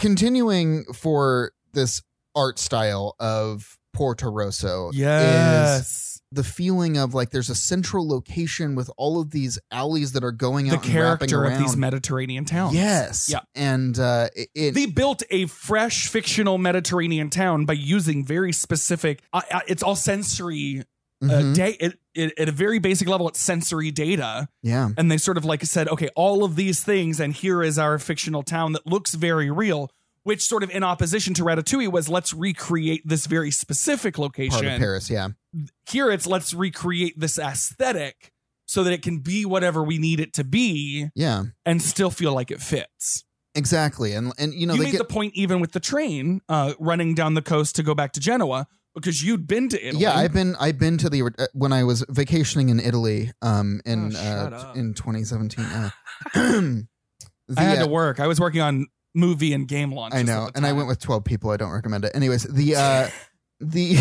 Speaker 3: Continuing for this art style of Porto Rosso
Speaker 2: Yes.
Speaker 3: is the feeling of like there's a central location with all of these alleys that are going
Speaker 2: the
Speaker 3: out and wrapping
Speaker 2: character of these
Speaker 3: around.
Speaker 2: mediterranean towns
Speaker 3: Yes.
Speaker 2: yeah
Speaker 3: And uh, it, it-
Speaker 2: they built a fresh fictional mediterranean town by using very specific uh, uh, it's all sensory uh,
Speaker 3: Mhm.
Speaker 2: da- it, it, at a very basic level it's sensory data
Speaker 3: yeah.
Speaker 2: And they sort of like said, okay, all of these things, and here is our fictional town that looks very real. which sort of in opposition to Ratatouille was let's recreate this very specific location.
Speaker 3: Part of Paris, yeah.
Speaker 2: Here it's let's recreate this aesthetic so that it can be whatever we need it to be
Speaker 3: Yeah.
Speaker 2: and still feel like it fits.
Speaker 3: Exactly. And and you know
Speaker 2: you
Speaker 3: they
Speaker 2: made
Speaker 3: get
Speaker 2: the point even with the train uh, running down the coast to go back to Genoa because you'd been to Italy.
Speaker 3: Yeah, I've been I've been to the uh, when I was vacationing in Italy um in
Speaker 2: Oh, shut
Speaker 3: uh,
Speaker 2: up.
Speaker 3: t- in 2017. Uh, the,
Speaker 2: I had
Speaker 3: uh,
Speaker 2: to work. I was working on movie and game launches.
Speaker 3: I
Speaker 2: at
Speaker 3: know,
Speaker 2: the
Speaker 3: and I
Speaker 2: time.
Speaker 3: went with 12 people. I don't recommend it. Anyways, the uh the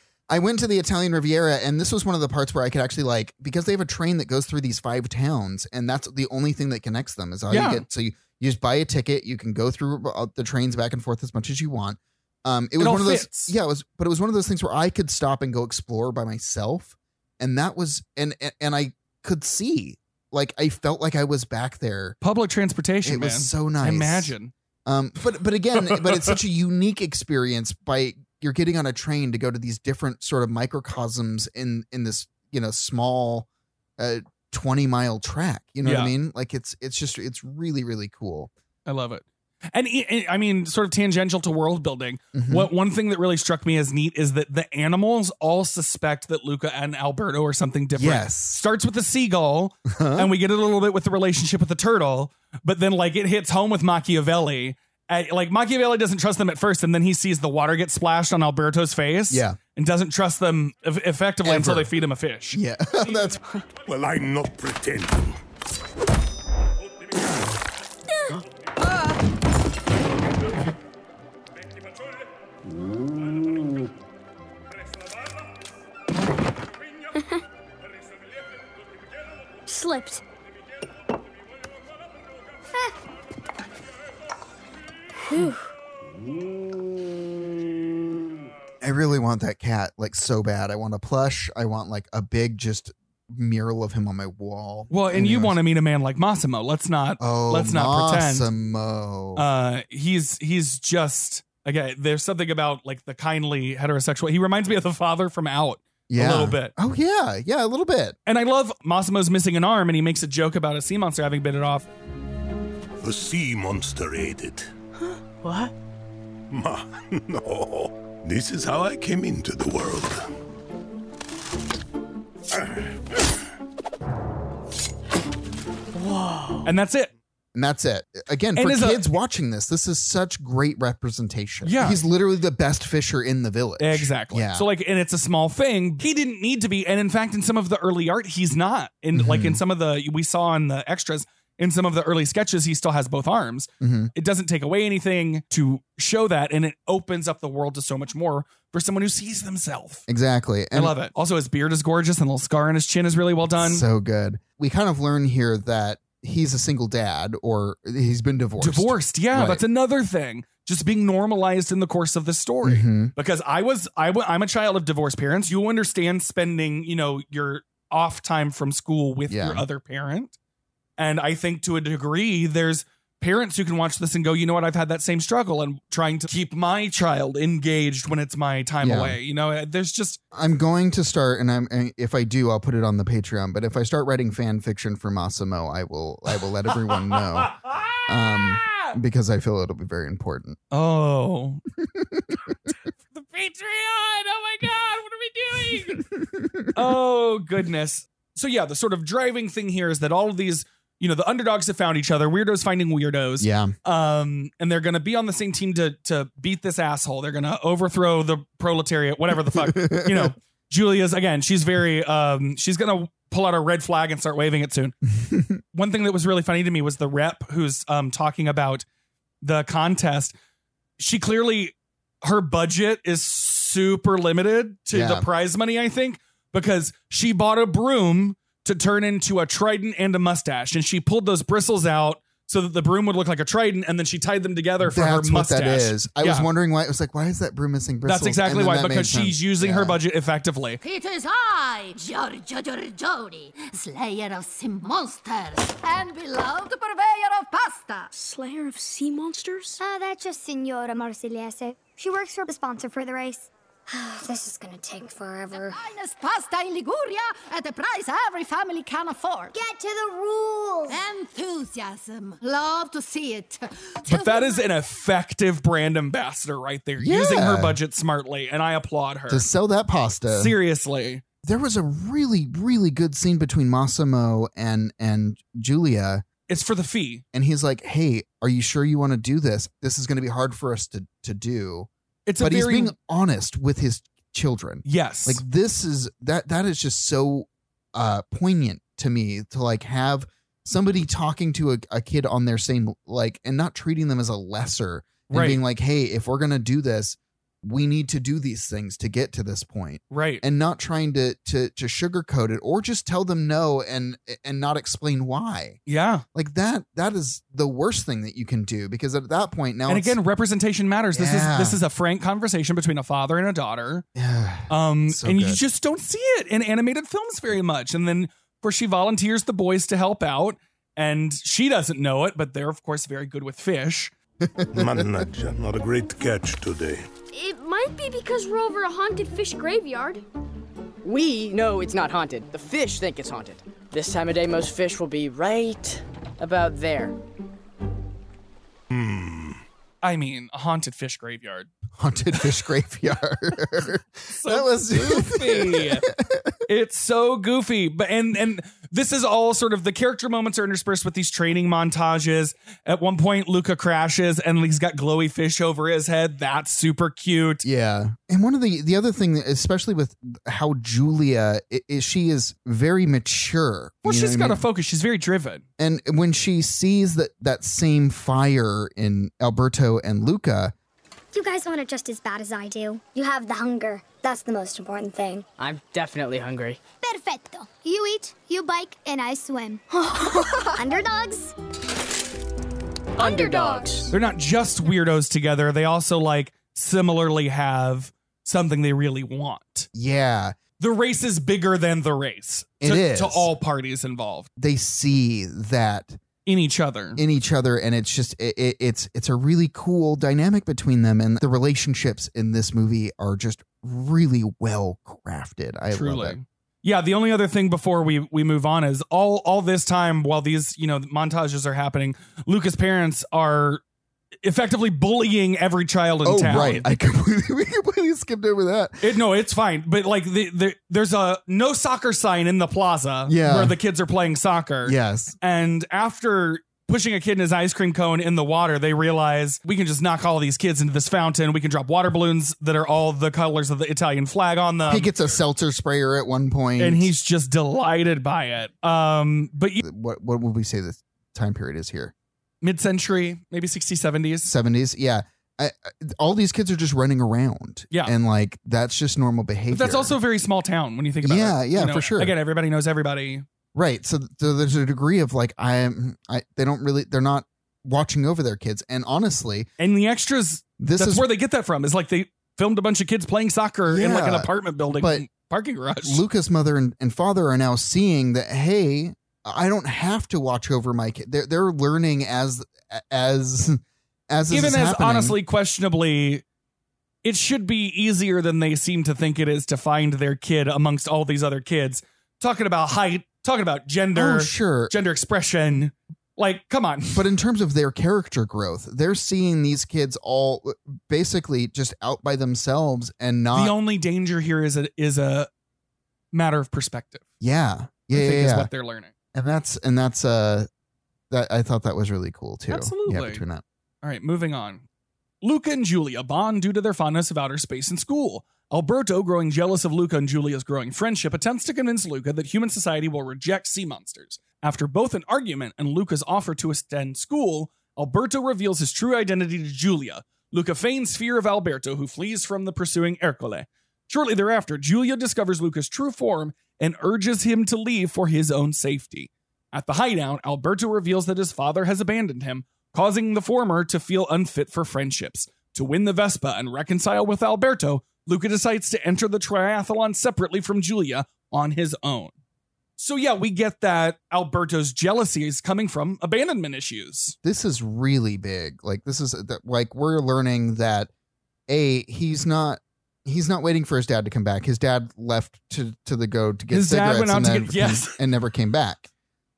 Speaker 3: I went to the Italian Riviera and this was one of the parts where I could actually like because they have a train that goes through these five towns and that's the only thing that connects them is all
Speaker 2: Yeah.
Speaker 3: you get so you, you just buy a ticket, you can go through uh, the trains back and forth as much as you want. Um,
Speaker 2: It
Speaker 3: it was
Speaker 2: all
Speaker 3: one of those
Speaker 2: fits.
Speaker 3: yeah, it was but it was one of those things where I could stop and go explore by myself and that was and and, and I could see like I felt like I was back there.
Speaker 2: Public transportation.
Speaker 3: It was
Speaker 2: man.
Speaker 3: so nice.
Speaker 2: Imagine.
Speaker 3: Um, but but again, but it's such a unique experience by you're getting on a train to go to these different sort of microcosms in in this you know small uh, twenty mile track. You know what I
Speaker 2: Yeah.
Speaker 3: mean? Like it's it's just it's really really cool.
Speaker 2: I love it. And e- e- I mean, sort of tangential to world building.
Speaker 3: Mm-hmm.
Speaker 2: What one thing that really struck me as neat is that the animals all suspect that Luca and Alberto are something different.
Speaker 3: Yes. Uh-huh.
Speaker 2: starts with the seagull, and we get it a little bit with the relationship with the turtle, but then like it hits home with Machiavelli. And, like Machiavelli doesn't trust them at first, and then he sees the water get splashed on Alberto's face.
Speaker 3: Yeah.
Speaker 2: and doesn't trust them eff- effectively until
Speaker 3: Ever.
Speaker 2: they feed him a fish.
Speaker 3: Yeah, that's
Speaker 7: Well, I'm not pretending.
Speaker 9: Slipped.
Speaker 3: I really want that cat like so bad. I want a plush. I want like a big just mural of him on my wall.
Speaker 2: Well, and you want to meet a man like Massimo. Let's not.
Speaker 3: Oh,
Speaker 2: let's not pretend.
Speaker 3: Massimo.
Speaker 2: Uh, he's he's just okay. There's something about like the kindly heterosexual. He reminds me of the father from Out a
Speaker 3: Yeah.
Speaker 2: little bit.
Speaker 3: Oh yeah, yeah, a little bit.
Speaker 2: And I love Massimo's missing an arm, and he makes a joke about a sea monster having bit it off.
Speaker 7: A sea monster ate it.
Speaker 13: What?
Speaker 7: Ma, no. This is how I came into the world.
Speaker 13: Whoa.
Speaker 2: And that's it.
Speaker 3: And that's it. Again,
Speaker 2: And
Speaker 3: for
Speaker 2: is a-
Speaker 3: kids watching this, this is such great representation.
Speaker 2: Yeah.
Speaker 3: He's literally the best fisher in the village.
Speaker 2: Exactly.
Speaker 3: Yeah.
Speaker 2: So like, and it's a small thing. He didn't need to be, and in fact, in some of the early art, he's not. And like in some of the we saw in the extras, in some of the early sketches, he still has both arms.
Speaker 3: Mhm.
Speaker 2: It doesn't take away anything to show that, and it opens up the world to so much more for someone who sees themselves.
Speaker 3: Exactly.
Speaker 2: I love it. Also, his beard is gorgeous, and the little scar on his chin is really well done.
Speaker 3: So good. We kind of learn here that he's a single dad or he's been divorced.
Speaker 2: divorced, yeah,
Speaker 3: Right.
Speaker 2: that's another thing. Just being normalized in the course of the story.
Speaker 3: Mhm.
Speaker 2: Because I was, I w- I'm a child of divorced parents. You understand spending, you know, your off time from school with
Speaker 3: Yeah.
Speaker 2: your other parent, and I think to a degree, there's parents who can watch this and go, you know what, I've had that same struggle, and trying to keep my child engaged when it's my time
Speaker 3: Yeah.
Speaker 2: away. You know, there's just
Speaker 3: I'm going to start, and I'm and if I do, I'll put it on the Patreon. But if I start writing fan fiction for Massimo, I will. I will let everyone know, um, because I feel it'll be very important.
Speaker 2: oh,
Speaker 13: The Patreon! Oh my god, what are we doing?
Speaker 2: oh goodness. So yeah, the sort of driving thing here is that all of these, you know, the underdogs have found each other, weirdos finding weirdos.
Speaker 3: Yeah.
Speaker 2: Um, and they're gonna be on the same team to to beat this asshole. They're gonna overthrow the proletariat, whatever the fuck. you know, Julia's again, she's very um she's gonna pull out a red flag and start waving it soon. One thing that was really funny to me was the rep who's um talking about the contest. She clearly her budget is super limited to
Speaker 3: Yeah.
Speaker 2: the prize money, I think, because she bought a broom to turn into a trident and a mustache, and she pulled those bristles out so that the broom would look like a trident, and then she tied them together for
Speaker 3: That's
Speaker 2: her
Speaker 3: what
Speaker 2: mustache.
Speaker 3: that is. I was
Speaker 2: Yeah.
Speaker 3: wondering why it was like, why is that broom missing bristles?
Speaker 2: That's exactly
Speaker 3: And then
Speaker 2: why,
Speaker 3: that made
Speaker 2: because she's
Speaker 3: sense.
Speaker 2: using her
Speaker 3: Yeah.
Speaker 2: budget effectively.
Speaker 14: Peters, I, Giorgio Giorgioni, slayer of sea monsters and beloved purveyor of pasta.
Speaker 9: Slayer of sea monsters?
Speaker 15: Oh, Ah, that's just Signora Marsiliese. She works for the sponsor for the race. this is gonna take forever.
Speaker 14: Finest pasta in Liguria at a price every family can afford.
Speaker 15: Get to the rules.
Speaker 14: Enthusiasm. Love to see it.
Speaker 2: But that is an effective brand ambassador right there, using her
Speaker 3: Yeah.
Speaker 2: budget smartly, and I applaud her.
Speaker 3: to sell that pasta.
Speaker 2: Seriously.
Speaker 3: There was a really, really good scene between Massimo and and Julia.
Speaker 2: It's for the fee.
Speaker 3: And he's like, "Hey, are you sure you want to do this? This is going to be hard for us to to do."
Speaker 2: It's a
Speaker 3: but
Speaker 2: very-
Speaker 3: he's being honest with his children.
Speaker 2: Yes.
Speaker 3: like this is that that is just so uh poignant to me to like have somebody talking to a, a kid on their same like and not treating them as a lesser and
Speaker 2: Right.
Speaker 3: being like, "Hey, if we're going to do this, we need to do these things to get to this point."
Speaker 2: Right.
Speaker 3: and not trying to to to sugarcoat it or just tell them no and and not explain why
Speaker 2: Yeah.
Speaker 3: like that that is the worst thing that you can do because at that point now
Speaker 2: and
Speaker 3: it's-
Speaker 2: again, representation matters. This
Speaker 3: Yeah.
Speaker 2: is this is a frank conversation between a father and a daughter. um,
Speaker 3: So
Speaker 2: and you
Speaker 3: good.
Speaker 2: just don't see it in animated films very much. And then, of course, she volunteers the boys to help out, and she doesn't know it, but they're of course very good with fish.
Speaker 7: Mannaggia, not a great catch today.
Speaker 9: It might be because we're over a haunted fish graveyard.
Speaker 11: We know it's not haunted. The fish think it's haunted. This time of day, most fish will be right about there.
Speaker 2: Hmm. I mean, a haunted fish graveyard.
Speaker 3: haunted fish graveyard
Speaker 2: that was goofy. it's so goofy. But and and this is all sort of the character moments are interspersed with these training montages. At one point, Luca crashes and he's got glowy fish over his head. That's super cute.
Speaker 3: Yeah. And one of the the other thing, especially with how Julia i- is, she is very mature.
Speaker 2: Well,
Speaker 3: she's
Speaker 2: she's got a focus. She's very driven.
Speaker 3: and when she sees that that same fire in Alberto and Luca,
Speaker 15: You guys aren't just as bad as I do. You have the hunger. That's the most important thing.
Speaker 11: I'm definitely hungry.
Speaker 15: Perfecto. You eat, you bike, and I swim. Underdogs?
Speaker 11: Underdogs.
Speaker 2: They're not just weirdos together. They also like similarly have something they really want.
Speaker 3: yeah,
Speaker 2: The race is bigger than the race.
Speaker 3: It
Speaker 2: to,
Speaker 3: is.
Speaker 2: to all parties involved
Speaker 3: they see that
Speaker 2: in each other.
Speaker 3: in each other, and it's just it, it, it's it's a really cool dynamic between them, and the relationships in this movie are just really well crafted. I love it.
Speaker 2: Yeah, the only other thing before we we move on is all all this time while these, you know, montages are happening, Luca's parents are effectively bullying every child in
Speaker 3: Oh
Speaker 2: town.
Speaker 3: right, I completely we completely skipped over that.
Speaker 2: It, no, it's fine. But like, the, the, there's a no soccer sign in the plaza
Speaker 3: Yeah.
Speaker 2: where the kids are playing soccer.
Speaker 3: Yes.
Speaker 2: And after pushing a kid in his ice cream cone in the water, they realize we can just knock all these kids into this fountain. We can drop water balloons that are all the colors of the Italian flag on them.
Speaker 3: he gets a seltzer sprayer at one point,
Speaker 2: Um, and he's just delighted by it. Um, but you,
Speaker 3: what what would we say the time period is here?
Speaker 2: mid-century, maybe 60s, 70s.
Speaker 3: Seventies, yeah. I, I, all these kids are just running around,
Speaker 2: Yeah.
Speaker 3: and like that's just normal behavior.
Speaker 2: But that's also a very small town when you think about
Speaker 3: Yeah,
Speaker 2: it.
Speaker 3: yeah,
Speaker 2: You know,
Speaker 3: for sure.
Speaker 2: Again, everybody knows everybody.
Speaker 3: right. So, th- so there's a degree of like I am, I they don't really they're not watching over their kids, and honestly,
Speaker 2: And the extras,
Speaker 3: This
Speaker 2: that's
Speaker 3: is-
Speaker 2: where they get that from. Is like they filmed a bunch of kids playing soccer in like an
Speaker 3: Yeah,
Speaker 2: apartment building
Speaker 3: but-
Speaker 2: parking garage.
Speaker 3: Luca's mother and, and father are now seeing that hey, I don't have to watch over my kid. They're they're learning as as as this
Speaker 2: Even
Speaker 3: is
Speaker 2: as
Speaker 3: happening.
Speaker 2: honestly questionably it should be easier than they seem to think it is to find their kid amongst all these other kids. Talking about height, talking about gender,
Speaker 3: Oh, sure.
Speaker 2: gender expression. Like, come on.
Speaker 3: but in terms of their character growth, they're seeing these kids all uh, basically just out by themselves and not.
Speaker 2: the only danger here is a is a matter of perspective.
Speaker 3: yeah, yeah,
Speaker 2: I
Speaker 3: yeah,
Speaker 2: think is
Speaker 3: yeah.
Speaker 2: what they're learning.
Speaker 3: and that's and that's uh, that I thought that was really cool too. Yeah,
Speaker 2: Absolutely.
Speaker 3: between that.
Speaker 2: All right, moving on. Luca and Julia bond due to their fondness of outer space and school. Alberto, growing jealous of Luca and Julia's growing friendship, attempts to convince Luca that human society will reject sea monsters. After both an argument and Luca's offer to attend school, Alberto reveals his true identity to Julia. Luca feigns fear of Alberto, who flees from the pursuing Ercole. Shortly thereafter, Julia discovers Luca's true form and urges him to leave for his own safety. At the hideout, Alberto reveals that his father has abandoned him, causing the former to feel unfit for friendships. To win the Vespa and reconcile with Alberto, Luca decides to enter the triathlon separately from Julia on his own. So, yeah, we get that Alberto's jealousy is coming from abandonment issues.
Speaker 3: This is really big. Like this is that- like we're learning that a he's not he's not waiting for his dad to come back. His dad left to to the go to get
Speaker 2: His dad
Speaker 3: cigarettes
Speaker 2: went out
Speaker 3: and,
Speaker 2: to
Speaker 3: then
Speaker 2: get- yes.
Speaker 3: and never came back.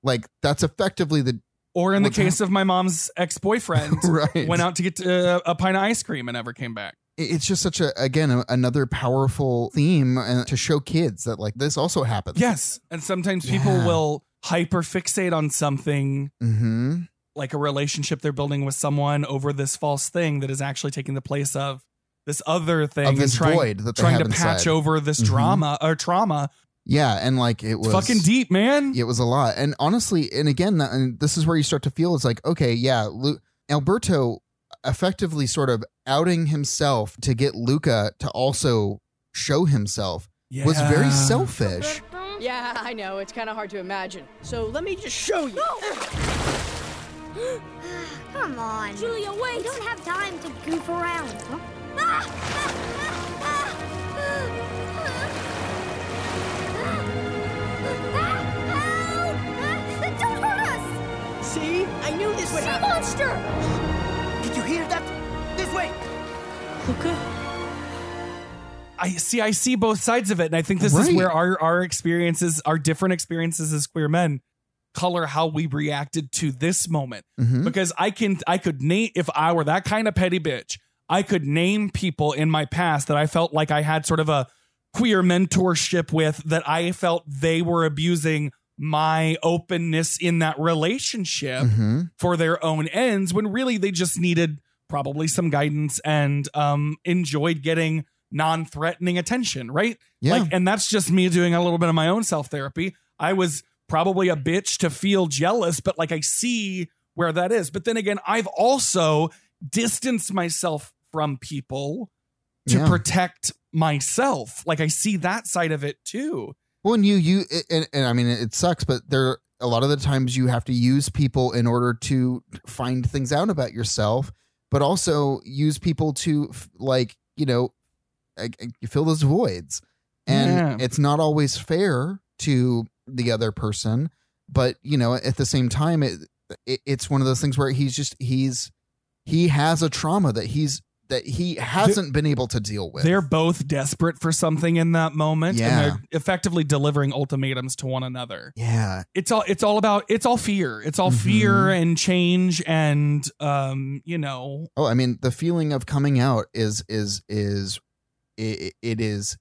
Speaker 3: Like that's effectively the
Speaker 2: Or in the
Speaker 3: what's
Speaker 2: case of my mom's ex boyfriend,
Speaker 3: Right.
Speaker 2: went out to get uh, a pint of ice cream and never came back.
Speaker 3: it- it's just such a again a, another powerful theme uh, to show kids that like this also happens.
Speaker 2: Yes. And sometimes people will hyper fixate on something
Speaker 3: Mm-hmm.
Speaker 2: like a relationship they're building with someone over this false thing that is actually taking the place of this other thing
Speaker 3: Of this
Speaker 2: and trying,
Speaker 3: void that they
Speaker 2: trying
Speaker 3: have
Speaker 2: to patch
Speaker 3: inside.
Speaker 2: over this
Speaker 3: Mhm.
Speaker 2: drama or trauma.
Speaker 3: Yeah, and like it was
Speaker 2: fucking deep, man.
Speaker 3: It was a lot, and honestly, and again, th- and this is where you start to feel it's like, okay, yeah, Lu- Alberto effectively sort of outing himself to get Luca to also show himself was very
Speaker 2: Yeah.
Speaker 3: selfish.
Speaker 11: Yeah, I know. It's kind of hard to imagine. So let me just show you.
Speaker 15: Come on.
Speaker 9: Julia, wait.
Speaker 15: We don't have time to goof around. Huh?
Speaker 9: Don't hurt us! See? I knew this would happen. monster!
Speaker 6: Did you hear that? This way!
Speaker 2: I see. I see both sides of it, and I think this is
Speaker 3: Right.
Speaker 2: where our our experiences, our different experiences as queer men, color how we reacted to this moment.
Speaker 3: Mhm.
Speaker 2: Because I can, I could name if I were that kind of petty bitch, I could name people in my past that I felt like I had sort of a queer mentorship with that I felt they were abusing my openness in that relationship
Speaker 3: Mhm.
Speaker 2: for their own ends when really they just needed probably some guidance and um enjoyed getting non-threatening attention right
Speaker 3: Yeah.
Speaker 2: like and that's just me doing a little bit of my own self therapy i was probably a bitch to feel jealous but like i see where that is but then again i've also distanced myself from people to
Speaker 3: Yeah.
Speaker 2: protect myself like i see that side of it too
Speaker 3: Well, and you, you, and, and I mean, it sucks, but there, a lot of the times you have to use people in order to find things out about yourself, but also use people to, f- like, you know, like, you fill those voids. And
Speaker 2: Yeah.
Speaker 3: it's not always fair to the other person, but, you know, at the same time, it, it it's one of those things where he's just, he's, he has a trauma that he's, that he hasn't been able to deal with.
Speaker 2: They're both desperate for something in that moment,
Speaker 3: Yeah.
Speaker 2: and they're effectively delivering ultimatums to one another.
Speaker 3: Yeah.
Speaker 2: It's all it's all about it's all fear. It's
Speaker 3: Mm-hmm.
Speaker 2: all fear and change and um, you know,
Speaker 3: Oh, I mean, the feeling of coming out is is is it, it is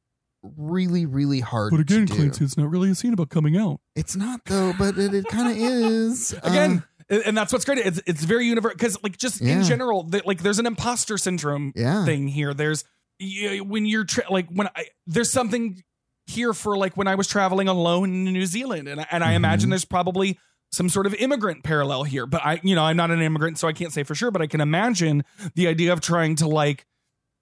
Speaker 3: really really hard. to do.
Speaker 2: it's not really a scene about coming out.
Speaker 3: It's not though, but it, it kind of is.
Speaker 2: Uh, Again,
Speaker 3: Um,
Speaker 2: a- and that's what's great. It's it's very universal because like just in
Speaker 3: Yeah.
Speaker 2: general, th- like there's an imposter syndrome
Speaker 3: Yeah.
Speaker 2: thing here. There's y- when you're tra- like when I there's something here for like when I was traveling alone in New Zealand, and I, and I
Speaker 3: Mm-hmm.
Speaker 2: imagine there's probably some sort of immigrant parallel here. But I, you know, I'm not an immigrant, so I can't say for sure. But I can imagine the idea of trying to like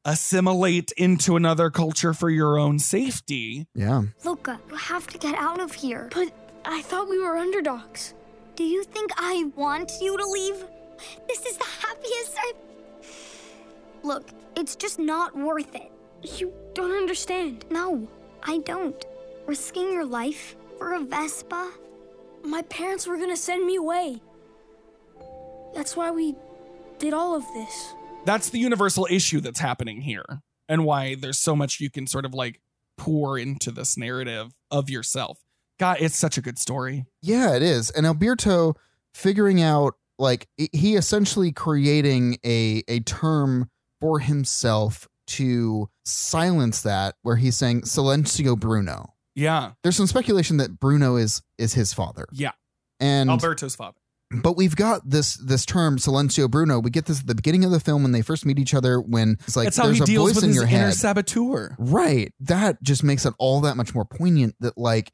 Speaker 2: assimilate into another culture for your own safety.
Speaker 3: yeah.
Speaker 15: Luca, you have to get out of here. But I thought we were underdogs. Do you think I want you to leave? This is the happiest I've. Look, it's just not worth it. You don't understand. No, I don't. Risking your life for a Vespa?
Speaker 9: My parents were gonna send me away. That's why we did all of this.
Speaker 2: that's the universal issue that's happening here and why there's so much you can sort of like pour into this narrative of yourself. God, it's such a good story.
Speaker 3: Yeah, it is. And Alberto figuring out like i- he essentially creating a a term for himself to silence that where he's saying Silencio Bruno.
Speaker 2: Yeah.
Speaker 3: There's some speculation that Bruno is is his father.
Speaker 2: Yeah.
Speaker 3: And
Speaker 2: Alberto's father.
Speaker 3: but we've got this this term silencio bruno we get this at the beginning of the film when they first meet each other when it's like
Speaker 2: that's how
Speaker 3: there's
Speaker 2: he
Speaker 3: a
Speaker 2: deals
Speaker 3: voice
Speaker 2: with
Speaker 3: in
Speaker 2: his
Speaker 3: your
Speaker 2: inner
Speaker 3: head
Speaker 2: saboteur.
Speaker 3: right that just makes it all that much more poignant that like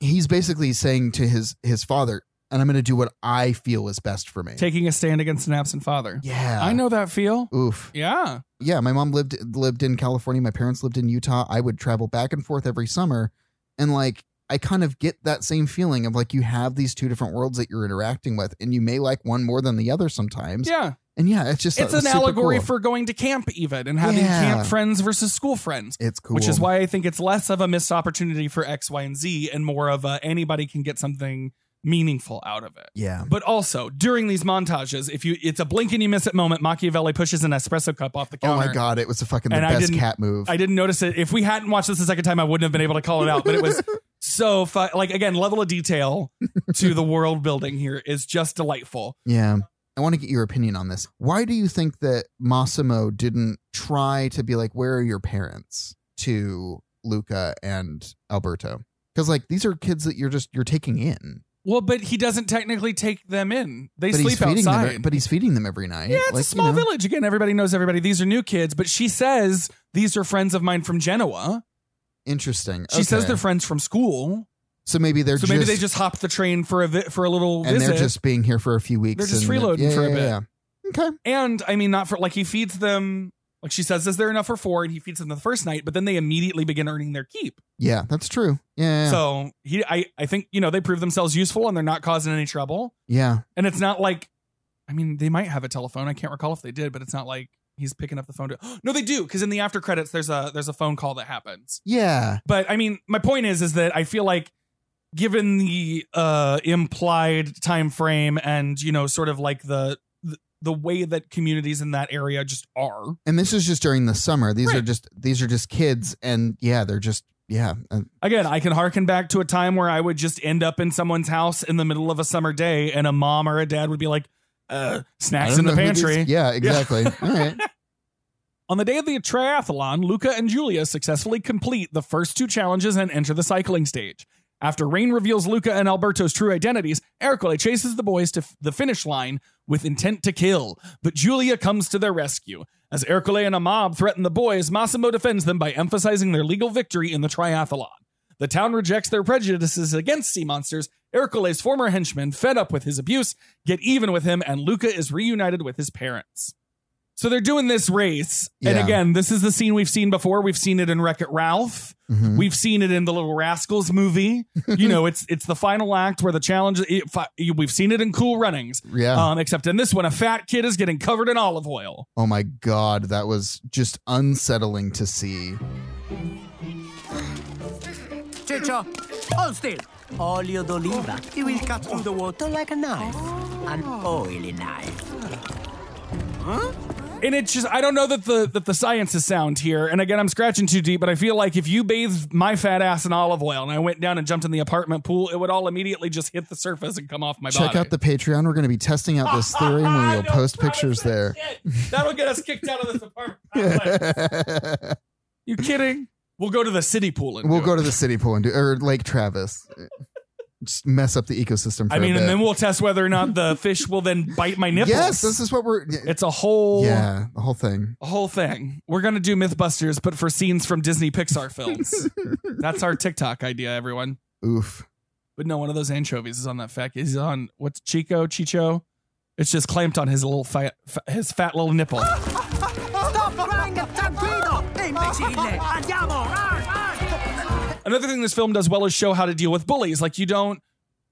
Speaker 3: he's basically saying to his his father and i'm going to do what i feel is best for me
Speaker 2: Taking a stand against an absent father.
Speaker 3: yeah
Speaker 2: I know that feel.
Speaker 3: oof
Speaker 2: Yeah.
Speaker 3: yeah my mom lived lived in california my parents lived in utah i would travel back and forth every summer and like i kind of get that same feeling of like you have these two different worlds that you're interacting with and you may like one more than the other sometimes
Speaker 2: Yeah.
Speaker 3: and yeah it's just
Speaker 2: It's
Speaker 3: uh,
Speaker 2: an
Speaker 3: super
Speaker 2: allegory
Speaker 3: cool.
Speaker 2: for going to camp even and having
Speaker 3: Yeah.
Speaker 2: camp friends versus school friends.
Speaker 3: it's cool
Speaker 2: Which is why I think it's less of a missed opportunity for X, Y, and Z and more of a anybody can get something meaningful out of it.
Speaker 3: Yeah.
Speaker 2: But also during these montages, if you it's a blink and you miss it moment, Machiavelli pushes an espresso cup off the
Speaker 3: Oh
Speaker 2: counter.
Speaker 3: my god, it was the fucking the
Speaker 2: And I
Speaker 3: best
Speaker 2: didn't-
Speaker 3: cat move.
Speaker 2: I didn't notice it. If we hadn't watched this the second time, I wouldn't have been able to call it out. But it was so fu- like again, level of detail to the world building here is just delightful.
Speaker 3: yeah. I want to get your opinion on this. Why do you think that Massimo didn't try to be like, where are your parents to Luca and Alberto? Because like these are kids that you're just you're taking in.
Speaker 2: Well, but he doesn't technically take them in. They
Speaker 3: but
Speaker 2: sleep
Speaker 3: he's feeding
Speaker 2: outside.
Speaker 3: Them, e-, but he's feeding them every night.
Speaker 2: yeah, it's
Speaker 3: Like,
Speaker 2: a
Speaker 3: you
Speaker 2: small
Speaker 3: know.
Speaker 2: village. Again, everybody knows everybody. These are new kids, but she says these are friends of mine from Genoa.
Speaker 3: Interesting.
Speaker 2: She says
Speaker 3: Okay.
Speaker 2: they're friends from school.
Speaker 3: So maybe they're
Speaker 2: so
Speaker 3: just,
Speaker 2: maybe they just hopped the train for a vi- for a little
Speaker 3: and
Speaker 2: visit.
Speaker 3: they're just being here for a few weeks.
Speaker 2: They're just
Speaker 3: and- uh,
Speaker 2: freeloading
Speaker 3: yeah,
Speaker 2: for a
Speaker 3: yeah,
Speaker 2: bit.
Speaker 3: yeah. Okay.
Speaker 2: And I mean, not for like he feeds them. Like she says, is there enough for four? And he feeds them the first night, but then they immediately begin earning their keep.
Speaker 3: Yeah, that's true. Yeah, yeah.
Speaker 2: So he, I, I think you know they prove themselves useful and they're not causing any trouble.
Speaker 3: yeah.
Speaker 2: And it's not like, I mean, they might have a telephone. I can't recall if they did, but it's not like he's picking up the phone. To, no, they do because in the after credits, there's a there's a phone call that happens.
Speaker 3: Yeah.
Speaker 2: But I mean, my point is, is that I feel like, given the uh, implied time frame and you know, sort of like the, the the way that communities in that area just are,
Speaker 3: And this is just during the summer. These are just these are just kids, and yeah, they're just yeah. Uh,
Speaker 2: Again, I can hearken back to a time where I would just end up in someone's house in the middle of a summer day and a mom or a dad would be like, uh, snacks
Speaker 3: I
Speaker 2: in
Speaker 3: don't
Speaker 2: the
Speaker 3: know who these-
Speaker 2: pantry.
Speaker 3: Yeah, exactly. All right.
Speaker 2: On the day of the triathlon, Luca and Julia successfully complete the first two challenges and enter the cycling stage. After Rain reveals Luca and Alberto's true identities, Ercole chases the boys to f- the finish line with intent to kill, but Julia comes to their rescue. As Ercole and a mob threaten the boys, Massimo defends them by emphasizing their legal victory in the triathlon. The town rejects their prejudices against sea monsters. Ercole's former henchmen, fed up with his abuse, get even with him, and Luca is reunited with his parents. So they're doing this race. And
Speaker 16: Yeah.
Speaker 2: again, this is the scene we've seen before. We've seen it in Wreck It Ralph.
Speaker 3: Mm-hmm.
Speaker 16: Mhm.
Speaker 2: We've seen it in the Little Rascals movie. you know, it's it's the final act where the challenge. It, fi- we've seen it in Cool Runnings.
Speaker 3: Yeah.
Speaker 2: Um, except in this one, a fat kid is getting covered in olive oil.
Speaker 3: Oh my god, that was just unsettling to see.
Speaker 12: Ciccio, hold still. Olio d'oliva. It will cut through the water like a knife. An oily knife.
Speaker 2: And it's just I don't know that the that the science is sound here. And again, I'm scratching too deep, but I feel like if you bathed my fat ass in olive oil and I went down and jumped in the apartment pool, it would all immediately just hit the surface and come off my
Speaker 3: Check
Speaker 2: body.
Speaker 3: out the Patreon. We're going to be testing out this theory, and we will post pictures there.
Speaker 2: That'll get us kicked out of this apartment. complex. you kidding? We'll go to the city pool and
Speaker 3: We'll
Speaker 2: do
Speaker 3: go
Speaker 2: it.
Speaker 3: to the city pool and do or Lake Travis. Just mess up the ecosystem. For
Speaker 2: I mean,
Speaker 3: a bit.
Speaker 2: and then we'll test whether or not the fish will then bite my nipples.
Speaker 3: Yes, this is what we're.
Speaker 2: It's a whole
Speaker 3: yeah, the whole thing.
Speaker 2: a whole thing. We're gonna do MythBusters, but for scenes from Disney Pixar films. That's our TikTok idea, everyone.
Speaker 3: Oof.
Speaker 2: But no, one of those anchovies is on that fat. He's on what's Chico Chicho? It's just clamped on his little fat, fa- his fat little nipple.
Speaker 12: Stop crying, Tarantino! Imbecille! Andiamo! Arr, arr.
Speaker 2: Another thing this film does well is show how to deal with bullies. Like you don't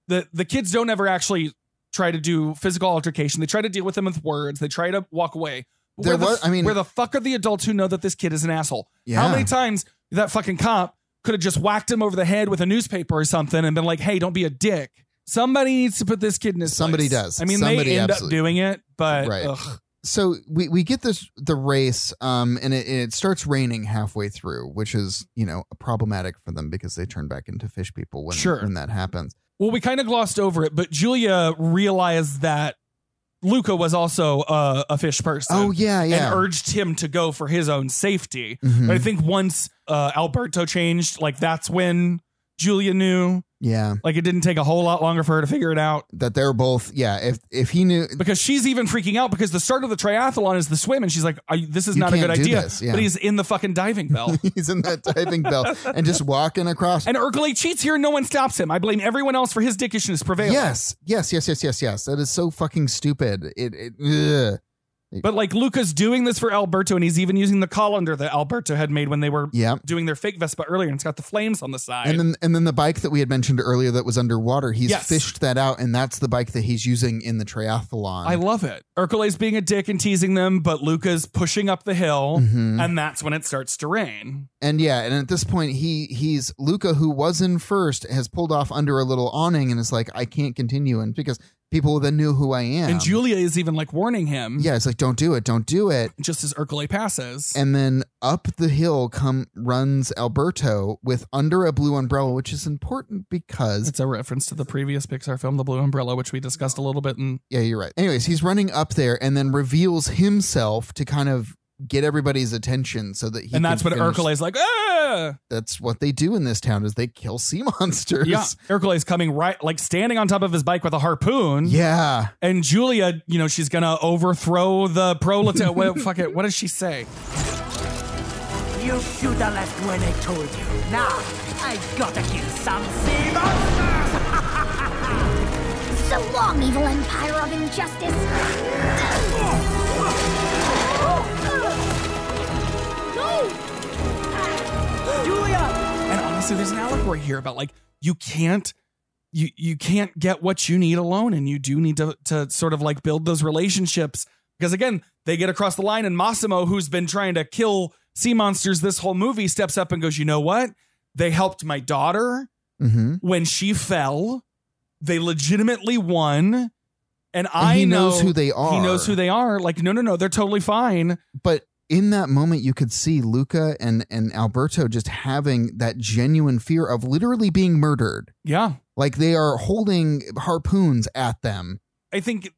Speaker 2: the the kids don't ever actually try to do physical altercation. They try to deal with them with words. They try to walk away. But
Speaker 3: There
Speaker 2: where
Speaker 3: was-
Speaker 2: the,
Speaker 3: I mean-
Speaker 2: where the fuck are the adults who know that this kid is an asshole? How
Speaker 3: Yeah.
Speaker 2: many times that fucking cop could have just whacked him over the head with a newspaper or something and been like, "Hey, don't be a dick." Somebody needs to put this kid in his
Speaker 3: Somebody
Speaker 2: place.
Speaker 3: does.
Speaker 2: I mean,
Speaker 3: Somebody
Speaker 2: they end
Speaker 3: absolutely-
Speaker 2: up doing it, but
Speaker 3: Right.
Speaker 2: ugh.
Speaker 3: So we, we get this the race, um, and it, and it starts raining halfway through, which is you know problematic for them because they turn back into fish people when
Speaker 2: Sure.
Speaker 3: when that happens.
Speaker 2: Well, we kind of glossed over it, but Julia realized that Luca was also uh, a fish person.
Speaker 3: Oh, yeah, yeah.
Speaker 2: And urged him to go for his own safety.
Speaker 3: Mhm.
Speaker 2: But I think once uh, Alberto changed, like that's when Julia knew.
Speaker 3: Yeah,
Speaker 2: Like it didn't take a whole lot longer for her to figure it out.
Speaker 3: that they're both. Yeah, if if he knew,
Speaker 2: Because she's even freaking out because the start of the triathlon is the swim, and she's like, I, "This is
Speaker 3: You
Speaker 2: not a good
Speaker 3: can't do
Speaker 2: idea."
Speaker 3: this, yeah.
Speaker 2: But he's in the fucking diving bell.
Speaker 3: he's in that diving bell and just walking across.
Speaker 2: And Ercole cheats here, and no one stops him. I blame everyone else for his dickishness prevailing.
Speaker 3: Yes, yes, yes, yes, yes, yes. That is so fucking stupid. It, it ugh.
Speaker 2: But like Luca's doing this for Alberto, and he's even using the colander that Alberto had made when they were
Speaker 3: Yeah.
Speaker 2: doing their fake Vespa earlier, and it's got the flames on the side.
Speaker 3: And then and then the bike that we had mentioned earlier that was underwater, he's
Speaker 2: Yes.
Speaker 3: fished that out, and that's the bike that he's using in the triathlon.
Speaker 2: I love it. Ercole's being a dick and teasing them, but Luca's pushing up the hill,
Speaker 3: Mhm.
Speaker 2: and that's when it starts to rain.
Speaker 3: and yeah, and at this point he he's Luca, who was in first, has pulled off under a little awning and is like, I can't continue, and because people then knew who I am.
Speaker 2: And Julia is even like warning him
Speaker 3: yeah, it's like, don't do it, don't do it.
Speaker 2: just as Ercole passes.
Speaker 3: And then up the hill come runs Alberto with under a blue umbrella, which is important because
Speaker 2: it's a reference to the previous Pixar film, The Blue Umbrella, which we discussed a little bit in
Speaker 3: Yeah, you're right. Anyways, he's running up there and then reveals himself to kind of get everybody's attention so that he
Speaker 2: and that's
Speaker 3: can
Speaker 2: when
Speaker 3: finish-
Speaker 2: Ercole's like, ah!
Speaker 3: That's what they do in this town is they kill sea monsters.
Speaker 2: Yeah. Ercole's coming right, like standing on top of his bike with a harpoon.
Speaker 3: Yeah.
Speaker 2: And Julia, you know, she's going to overthrow the proletariat. well, fuck it. What does she say?
Speaker 12: You should have left when I told you. Now, I gotta kill some sea monsters!
Speaker 15: So long, evil empire of injustice! No!
Speaker 12: Julia!
Speaker 2: And honestly, there's an allegory here about like, you can't. You, you can't get what you need alone, and you do need to, to sort of like build those relationships. Because again, they get across the line, and Massimo, who's been trying to kill sea monsters this whole movie, steps up and goes, You know what? They helped my daughter.
Speaker 3: Mm-hmm.
Speaker 2: when she fell, they legitimately won. And I
Speaker 3: he
Speaker 2: know
Speaker 3: knows who they
Speaker 2: He
Speaker 3: are.
Speaker 2: knows who they are. Like, no, no, no, they're totally fine.
Speaker 3: But in that moment, you could see Luca and, and Alberto just having that genuine fear of literally being murdered.
Speaker 2: Yeah.
Speaker 3: Like they are holding harpoons at them.
Speaker 2: I think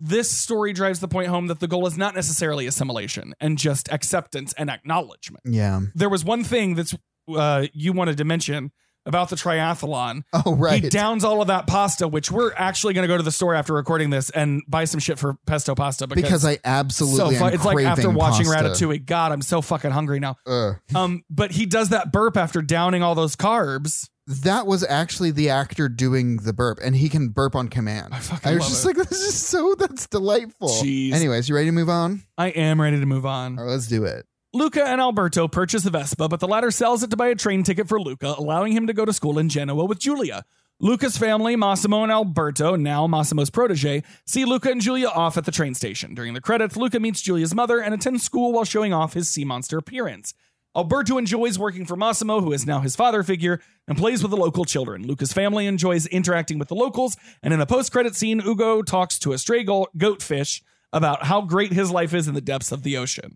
Speaker 2: this story drives the point home that the goal is not necessarily assimilation and just acceptance and acknowledgement.
Speaker 3: Yeah.
Speaker 2: There was one thing that's uh, you wanted to mention about the triathlon.
Speaker 3: Oh, right.
Speaker 2: He downs all of that pasta, which we're actually going to go to the store after recording this and buy some shit for pesto pasta because,
Speaker 3: Because I absolutely
Speaker 2: fu-
Speaker 3: am
Speaker 2: it's like after
Speaker 3: craving
Speaker 2: watching
Speaker 3: pasta.
Speaker 2: Ratatouille. God, I'm so fucking hungry now.
Speaker 3: Ugh.
Speaker 2: Um, but he does that burp after downing all those carbs.
Speaker 3: that was actually the actor doing the burp, and he can burp on command. I
Speaker 2: fucking
Speaker 3: was
Speaker 2: love
Speaker 3: just
Speaker 2: it.
Speaker 3: like, this is so that's delightful.
Speaker 2: Jeez.
Speaker 3: Anyways, you ready to move on?
Speaker 2: I am ready to move on.
Speaker 3: All right, let's do it.
Speaker 2: Luca and Alberto purchase a Vespa, but the latter sells it to buy a train ticket for Luca, allowing him to go to school in Genoa with Julia. Luca's family, Massimo and Alberto, now Massimo's protege, see Luca and Julia off at the train station. During the credits, Luca meets Julia's mother and attends school while showing off his sea monster appearance. Alberto enjoys working for Massimo, who is now his father figure, and plays with the local children. Luca's family enjoys interacting with the locals, and in a post credit scene, Ugo talks to a stray go- goatfish about how great his life is in the depths of the ocean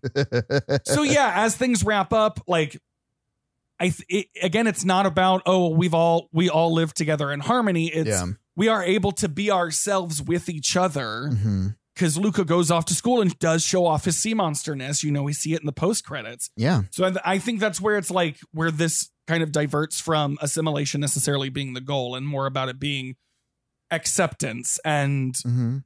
Speaker 2: so yeah, as things wrap up, like I th- it, again, it's not about oh we've all we all live together in harmony. It's
Speaker 3: Yeah.
Speaker 2: we are able to be ourselves with each other
Speaker 3: Mhm.
Speaker 2: because Luca goes off to school and does show off his sea monsterness. You know, we see it in the post credits.
Speaker 3: Yeah.
Speaker 2: So I, th- I think that's where it's like where this kind of diverts from assimilation necessarily being the goal and more about it being acceptance and
Speaker 3: Mhm.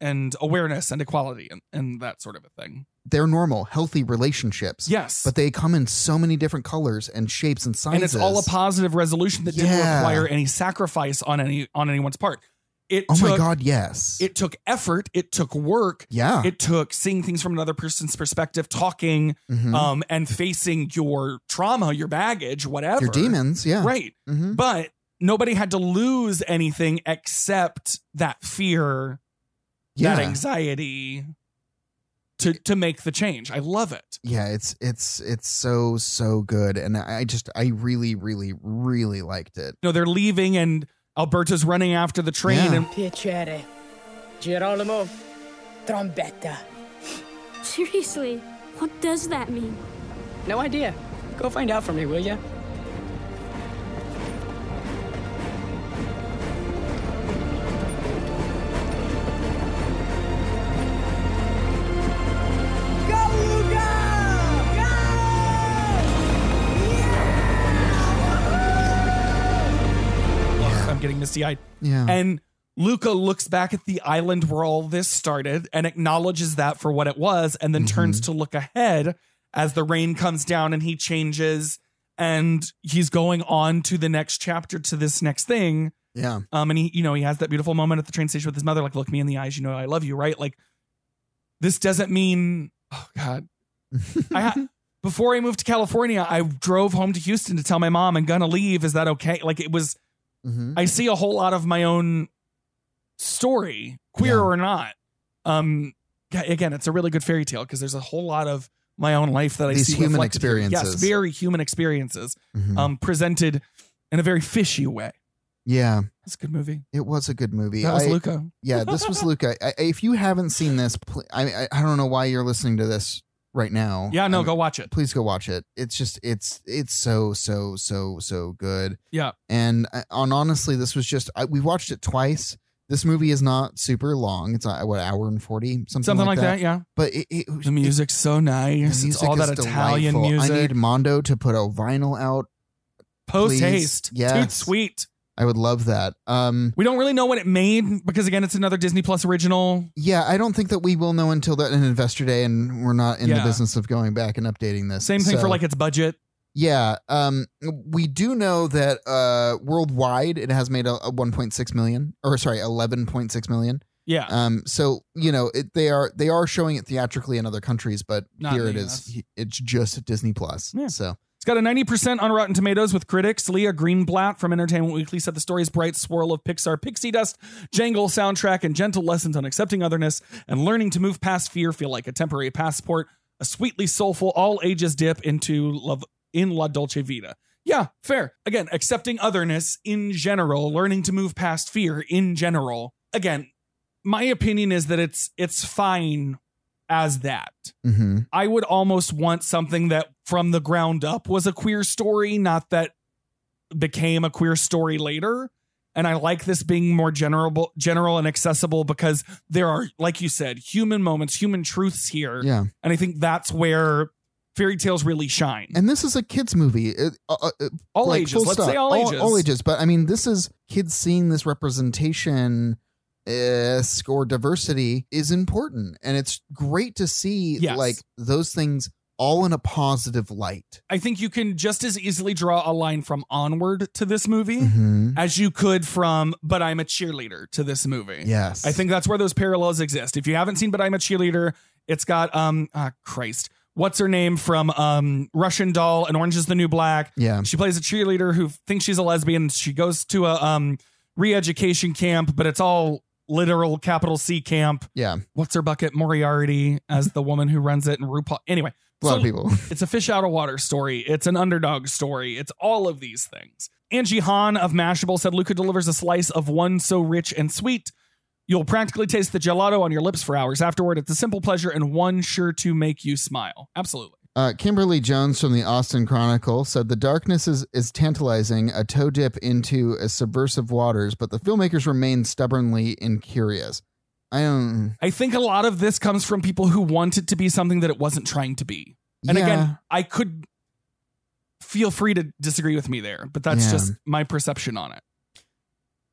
Speaker 2: and awareness and equality and, and that sort of a thing.
Speaker 3: They're normal, healthy relationships.
Speaker 2: Yes.
Speaker 3: But they come in so many different colors and shapes and sizes.
Speaker 2: and it's all a positive resolution that didn't
Speaker 3: Yeah.
Speaker 2: require any sacrifice on any on anyone's part. It
Speaker 3: Oh
Speaker 2: took,
Speaker 3: my God, yes.
Speaker 2: It took effort. It took work.
Speaker 3: Yeah.
Speaker 2: It took seeing things from another person's perspective, talking,
Speaker 3: Mhm.
Speaker 2: um, and facing your trauma, your baggage, whatever,
Speaker 3: Your demons, yeah.
Speaker 2: right.
Speaker 3: Mhm.
Speaker 2: But nobody had to lose anything except that fear, that
Speaker 3: Yeah.
Speaker 2: anxiety, to to make the change. I love it.
Speaker 3: yeah, it's it's it's so so good, and I I just I really really really liked it.
Speaker 2: You know, they're leaving, and Alberta's running after the train,
Speaker 3: Yeah.
Speaker 2: and
Speaker 11: Piacere. Girolamo. Trombetta.
Speaker 9: Seriously, what does that mean?
Speaker 11: No idea. Go find out for me, will ya?
Speaker 2: Ugh, I'm getting misty eyed.
Speaker 3: Yeah.
Speaker 2: And Luca looks back at the island where all this started and acknowledges that for what it was, and then turns to look ahead as the rain comes down and he changes and he's going on to the next chapter to this next thing.
Speaker 3: Yeah.
Speaker 2: Um, and he, you know, he has that beautiful moment at the train station with his mother, like, look me in the eyes, you know, I love you, right? Like, This doesn't mean. Oh God. I ha- before I moved to California, I drove home to Houston to tell my mom I'm gonna leave. Is that okay? Like it was.
Speaker 3: Mm-hmm.
Speaker 2: I see a whole lot of my own story, queer or not. Um, yeah, again, it's a really good fairy tale because there's a whole lot of my own life that I
Speaker 3: These
Speaker 2: see
Speaker 3: human
Speaker 2: reflected here. Yes,
Speaker 3: experiences.
Speaker 2: very human experiences,
Speaker 3: Mhm.
Speaker 2: um, presented in a very fishy way.
Speaker 3: Yeah.
Speaker 2: It's a good movie.
Speaker 3: It was a good movie.
Speaker 2: That was
Speaker 3: I-
Speaker 2: Luca.
Speaker 3: yeah, this was Luca. I, I- if you haven't seen this, pl- I, I I don't know why you're listening to this right now.
Speaker 2: Yeah, no,
Speaker 3: I mean,
Speaker 2: go watch it.
Speaker 3: Please go watch it. It's just it's it's so so so so good.
Speaker 2: Yeah.
Speaker 3: And I- on honestly, this was just I, we watched it twice. This movie is not super long. It's uh, what hour and forty something,
Speaker 2: Something like that, yeah.
Speaker 3: But it, it,
Speaker 2: The music's so nice. It's all that Italian
Speaker 3: I
Speaker 2: music.
Speaker 3: need Mondo to put a vinyl out.
Speaker 2: Post
Speaker 3: please.
Speaker 2: haste. Toot
Speaker 3: Yes.
Speaker 2: sweet.
Speaker 3: I would love that. Um,
Speaker 2: we don't really know what it made because again, it's another Disney Plus original.
Speaker 3: Yeah, I don't think that we will know until that an investor day, and we're not in
Speaker 2: Yeah.
Speaker 3: the business of going back and updating this.
Speaker 2: Same thing
Speaker 3: So,
Speaker 2: for like its budget.
Speaker 3: yeah. Um, we do know that uh, worldwide it has made a, a 1.6 million, or sorry, 11.6 million.
Speaker 2: Yeah.
Speaker 3: Um, so you know it, they are they are showing it theatrically in other countries, but
Speaker 2: Not
Speaker 3: here
Speaker 2: in
Speaker 3: it
Speaker 2: the
Speaker 3: is. He- It's just Disney Plus.
Speaker 2: Yeah.
Speaker 3: So
Speaker 2: It's got a 90% on Rotten Tomatoes with critics. Leah Greenblatt from Entertainment Weekly said the story's bright swirl of Pixar pixie dust, jangle soundtrack, and gentle lessons on accepting otherness and learning to move past fear feel like a temporary passport, a sweetly soulful all ages dip into love in La Dolce Vita. Yeah, fair. Again, accepting otherness in general, learning to move past fear in general. Again, my opinion is that it's it's fine as that.
Speaker 3: mm-hmm.
Speaker 2: I would almost want something that from the ground up was a queer story, not that became a queer story later. And I like this being more general, general and accessible because there are, like you said, human moments, human truths here.
Speaker 3: Yeah.
Speaker 2: And I think that's where fairy tales really shine.
Speaker 3: and this is a kids movie. It, uh, uh, uh,
Speaker 2: All
Speaker 3: like,
Speaker 2: ages.
Speaker 3: full
Speaker 2: Let's say all ages.
Speaker 3: All ages. But I mean, this is kids seeing this representation esque or diversity is important, and it's great to see
Speaker 2: Yes.
Speaker 3: like those things all in a positive light.
Speaker 2: I think you can just as easily draw a line from Onward to this movie
Speaker 3: Mhm.
Speaker 2: as you could from But I'm a Cheerleader to this movie.
Speaker 3: Yes.
Speaker 2: I think that's where those parallels exist. If you haven't seen But I'm a Cheerleader, it's got um ah, Christ. What's her name from um Russian Doll and Orange is the New Black?
Speaker 3: Yeah.
Speaker 2: She plays a cheerleader who thinks she's a lesbian. She goes to a um re-education camp, but it's all literal capital C camp.
Speaker 3: Yeah.
Speaker 2: What's her bucket? Moriarty as the woman who runs it and RuPaul. Anyway.
Speaker 3: A lot of people.
Speaker 2: It's a fish out of water story. It's an underdog story. It's all of these things. Angie Hahn of Mashable said Luca delivers a slice of one so rich and sweet. You'll practically taste the gelato on your lips for hours afterward. It's a simple pleasure and one sure to make you smile. Absolutely.
Speaker 3: Uh, Kimberly Jones from the Austin Chronicle said the darkness is, is tantalizing, a toe dip into a subversive waters, but the filmmakers remain stubbornly incurious. I don't.
Speaker 2: I think a lot of this comes from people who want it to be something that it wasn't trying to be. And
Speaker 3: Yeah.
Speaker 2: again, I could feel free to disagree with me there, but that's
Speaker 3: Yeah.
Speaker 2: just my perception on it.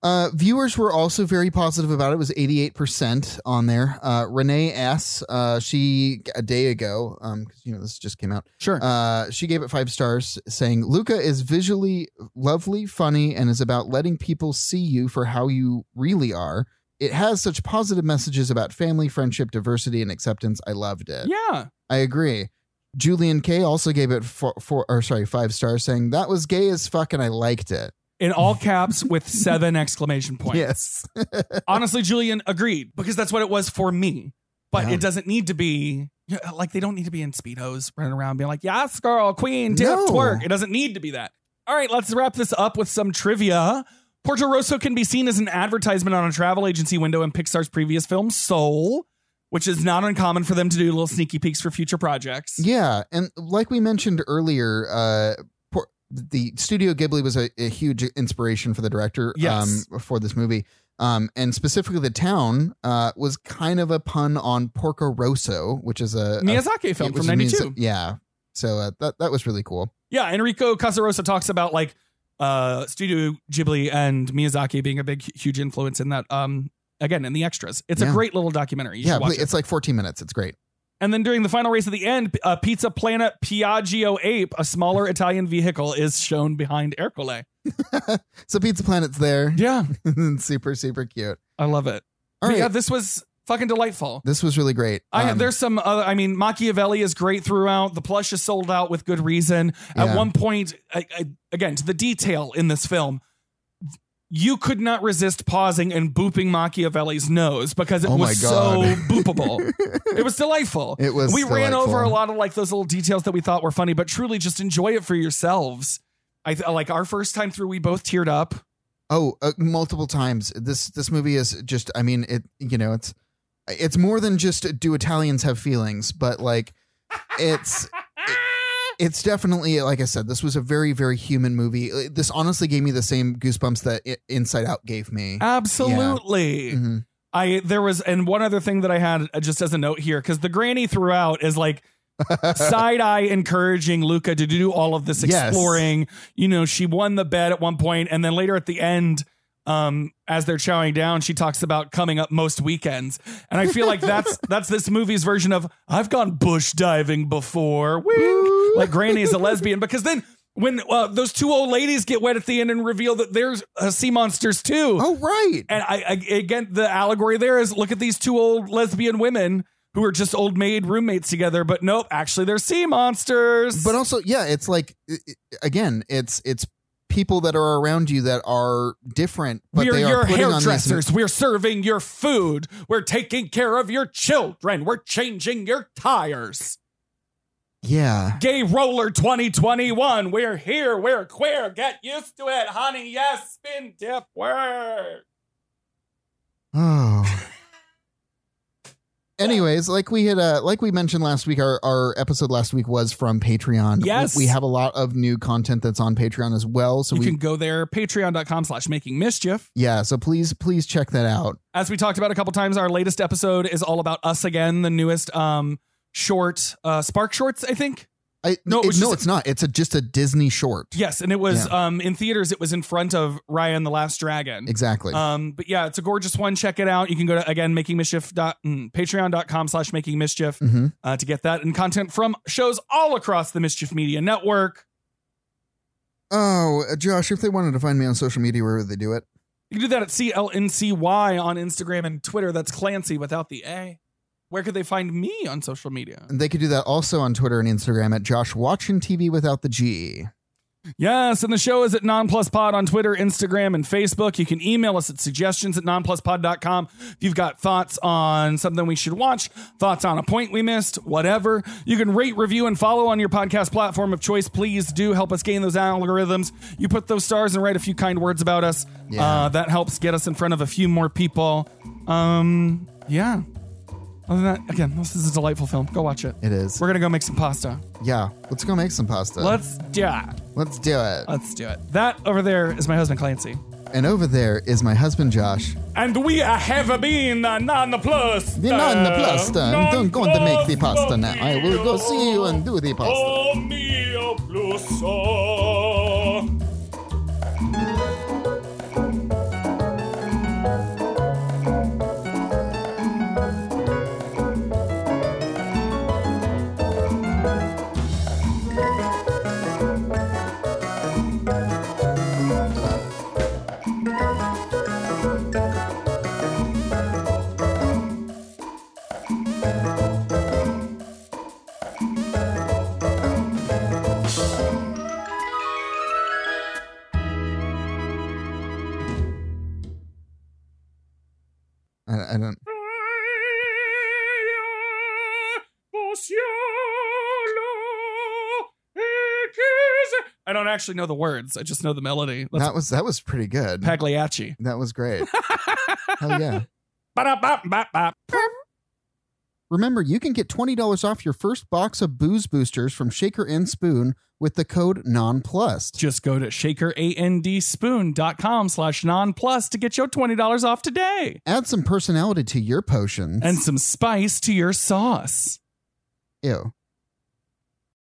Speaker 3: Uh, viewers were also very positive about it. It was 88% on there. Uh, Renee S., uh, she, a day ago, um, 'cause, you know, this just came out.
Speaker 2: Sure.
Speaker 3: Uh, she gave it five stars, saying, Luca is visually lovely, funny, and is about letting people see you for how you really are. It has such positive messages about family, friendship, diversity, and acceptance. I loved it.
Speaker 2: Yeah.
Speaker 3: I agree. Julian K also gave it four, four or sorry, five stars, saying that was gay as fuck and I liked it.
Speaker 2: in all caps with seven exclamation points.
Speaker 3: Yes.
Speaker 2: Honestly, Julian agreed because that's what it was for me. But
Speaker 3: Yeah.
Speaker 2: it doesn't need to be yeah, like they don't need to be in speedos running around being like, "Yes, girl, queen, dip,
Speaker 3: No.
Speaker 2: twerk." It doesn't need to be that. All right, let's wrap this up with some trivia. Porto Rosso can be seen as an advertisement on a travel agency window in Pixar's previous film Soul, which is not uncommon for them to do little sneaky peeks for future projects.
Speaker 3: Yeah, and like we mentioned earlier, uh, por- the Studio Ghibli was a, a huge inspiration for the director.
Speaker 2: Yes.
Speaker 3: Um, for this movie, um, and specifically the town uh, was kind of a pun on Porco Rosso, which is a a-
Speaker 2: Miyazaki film
Speaker 3: uh, it was
Speaker 2: from
Speaker 3: a Miyaz-
Speaker 2: 92.
Speaker 3: Yeah, so uh, that that was really cool.
Speaker 2: Yeah, Enrico Casarosa talks about like uh Studio Ghibli and Miyazaki being a big huge influence in that um again in the extras. It's a
Speaker 3: Yeah.
Speaker 2: great little documentary. You
Speaker 3: yeah,
Speaker 2: should watch
Speaker 3: but
Speaker 2: it.
Speaker 3: it's like 14 minutes. It's great.
Speaker 2: And then during the final race at the end, uh, Pizza Planet Piaggio Ape, a smaller Italian vehicle is shown behind Ercole.
Speaker 3: So Pizza Planet's there.
Speaker 2: Yeah,
Speaker 3: super super cute.
Speaker 2: I love it. But
Speaker 3: All right.
Speaker 2: Yeah, this was Fucking delightful.
Speaker 3: This was really great.
Speaker 2: I,
Speaker 3: Um,
Speaker 2: there's some. other I mean, Machiavelli is great throughout. The plush is sold out with good reason.
Speaker 3: Yeah.
Speaker 2: At one point, I, I, again to the detail in this film, you could not resist pausing and booping Machiavelli's nose because it
Speaker 3: Oh my
Speaker 2: was so
Speaker 3: God.
Speaker 2: boopable. it was delightful.
Speaker 3: It was
Speaker 2: We ran over
Speaker 3: delightful.
Speaker 2: a lot of like those little details that we thought were funny, but truly just enjoy it for yourselves. I th- like our first time through, we both teared up.
Speaker 3: Oh, uh, multiple times. This this movie is just. I mean, it. You know, it's it's more than just uh, do Italians have feelings, but like it's it's definitely like I said. This was a very very human movie. Uh, This honestly gave me the same goosebumps that I- Inside Out gave me.
Speaker 2: Uh,
Speaker 3: Mm-hmm.
Speaker 2: Absolutely. I there was and one other thing that I had uh, just as a note here because the granny throughout is like side eye encouraging Luca to do all of this
Speaker 3: Yes.
Speaker 2: exploring. You know, she won the bet at one point, and then later at the end, um, as they're chowing down, she talks about coming up most weekends, and I feel like that's that's this movie's version of I've gone bush diving before. Wink. Like granny is a lesbian because then. When uh, those two old ladies get wet at the end and reveal that there's uh, sea monsters too.
Speaker 3: Oh, right.
Speaker 2: And I, I again, the allegory there is look at these two old lesbian women who are just old maid roommates together, but nope, actually they're sea monsters.
Speaker 3: But also, yeah, it's like i- i- again, it's it's people that are around you that are different, but
Speaker 2: we're
Speaker 3: they are
Speaker 2: your
Speaker 3: putting on these
Speaker 2: hairdressers. We're serving your food. We're taking care of your children. We're changing your tires.
Speaker 3: yeah.
Speaker 2: Gay Roller 2021. We're here. We're queer. Get used to it, honey. Yes, spin dip work.
Speaker 3: Oh. Anyways, like we had, uh, like we mentioned last week, our, our episode last week was from Patreon.
Speaker 2: Yes.
Speaker 3: we, we have a lot of new content that's on Patreon as well. So
Speaker 2: you
Speaker 3: we,
Speaker 2: can go there, patreon.com slash making mischief.
Speaker 3: yeah, so please, please check that out.
Speaker 2: as we talked about a couple times, our latest episode is all about us again, the newest um short uh spark shorts, I think.
Speaker 3: I
Speaker 2: No,
Speaker 3: no,
Speaker 2: it was
Speaker 3: no,
Speaker 2: just-
Speaker 3: it's not. It's a, just a Disney short.
Speaker 2: Yes, and it was um in theaters it was in front of Ryan the Last Dragon.
Speaker 3: Exactly.
Speaker 2: Um but yeah, it's a gorgeous one. Check it out. You can go to again making mischief dot mm, patreon.com slash making mischief
Speaker 3: Mhm.
Speaker 2: uh, to get that and content from shows all across the Mischief Media Network.
Speaker 3: Oh, uh, Josh, if they wanted to find me on social media, where would they do it?
Speaker 2: You can do that at CLNCY on Instagram and Twitter. That's Clancy without the A. Where could they find me on social media?
Speaker 3: And they could do that also on Twitter and Instagram at Josh Watching TV without the G.
Speaker 2: Yes, and the show is at nonpluspod on Twitter, Instagram, and Facebook. You can email us at suggestions at nonpluspod.com if you've got thoughts on something we should watch, thoughts on a point we missed, whatever. You can rate, review, and follow on your podcast platform of choice. Please do help us gain those algorithms. You put those stars and write a few kind words about us. Uh, that helps get us in front of a few more people. Um, yeah. Other than that, again, this is a delightful film. Go watch it.
Speaker 3: It is.
Speaker 2: We're going to go make some pasta.
Speaker 3: Yeah, let's go make some pasta.
Speaker 2: Let's Uh, do it.
Speaker 3: let's do it.
Speaker 2: Let's do it. That over there is my husband Clancy.
Speaker 3: And over there is my husband Josh.
Speaker 2: And we have been nonplussed.
Speaker 3: The uh, non the pasta. I'm going to make the pasta now. I will go see you and do the pasta.
Speaker 2: Oh mio plusso.
Speaker 3: I, I don't. I
Speaker 2: don't actually know the words. I just know the melody. That's
Speaker 3: That was that was pretty good.
Speaker 2: Pagliacci.
Speaker 3: That was great. Hell yeah.
Speaker 2: Ba-da-ba-ba-ba.
Speaker 3: Remember, you can get $20 off your first box of booze boosters from Shaker and Spoon with the code NONPLUST.
Speaker 2: Just go to shakerandspoon.com slash nonplus to get your $20 off today.
Speaker 3: Add some personality to your potions.
Speaker 2: And some spice to your sauce.
Speaker 3: Ew.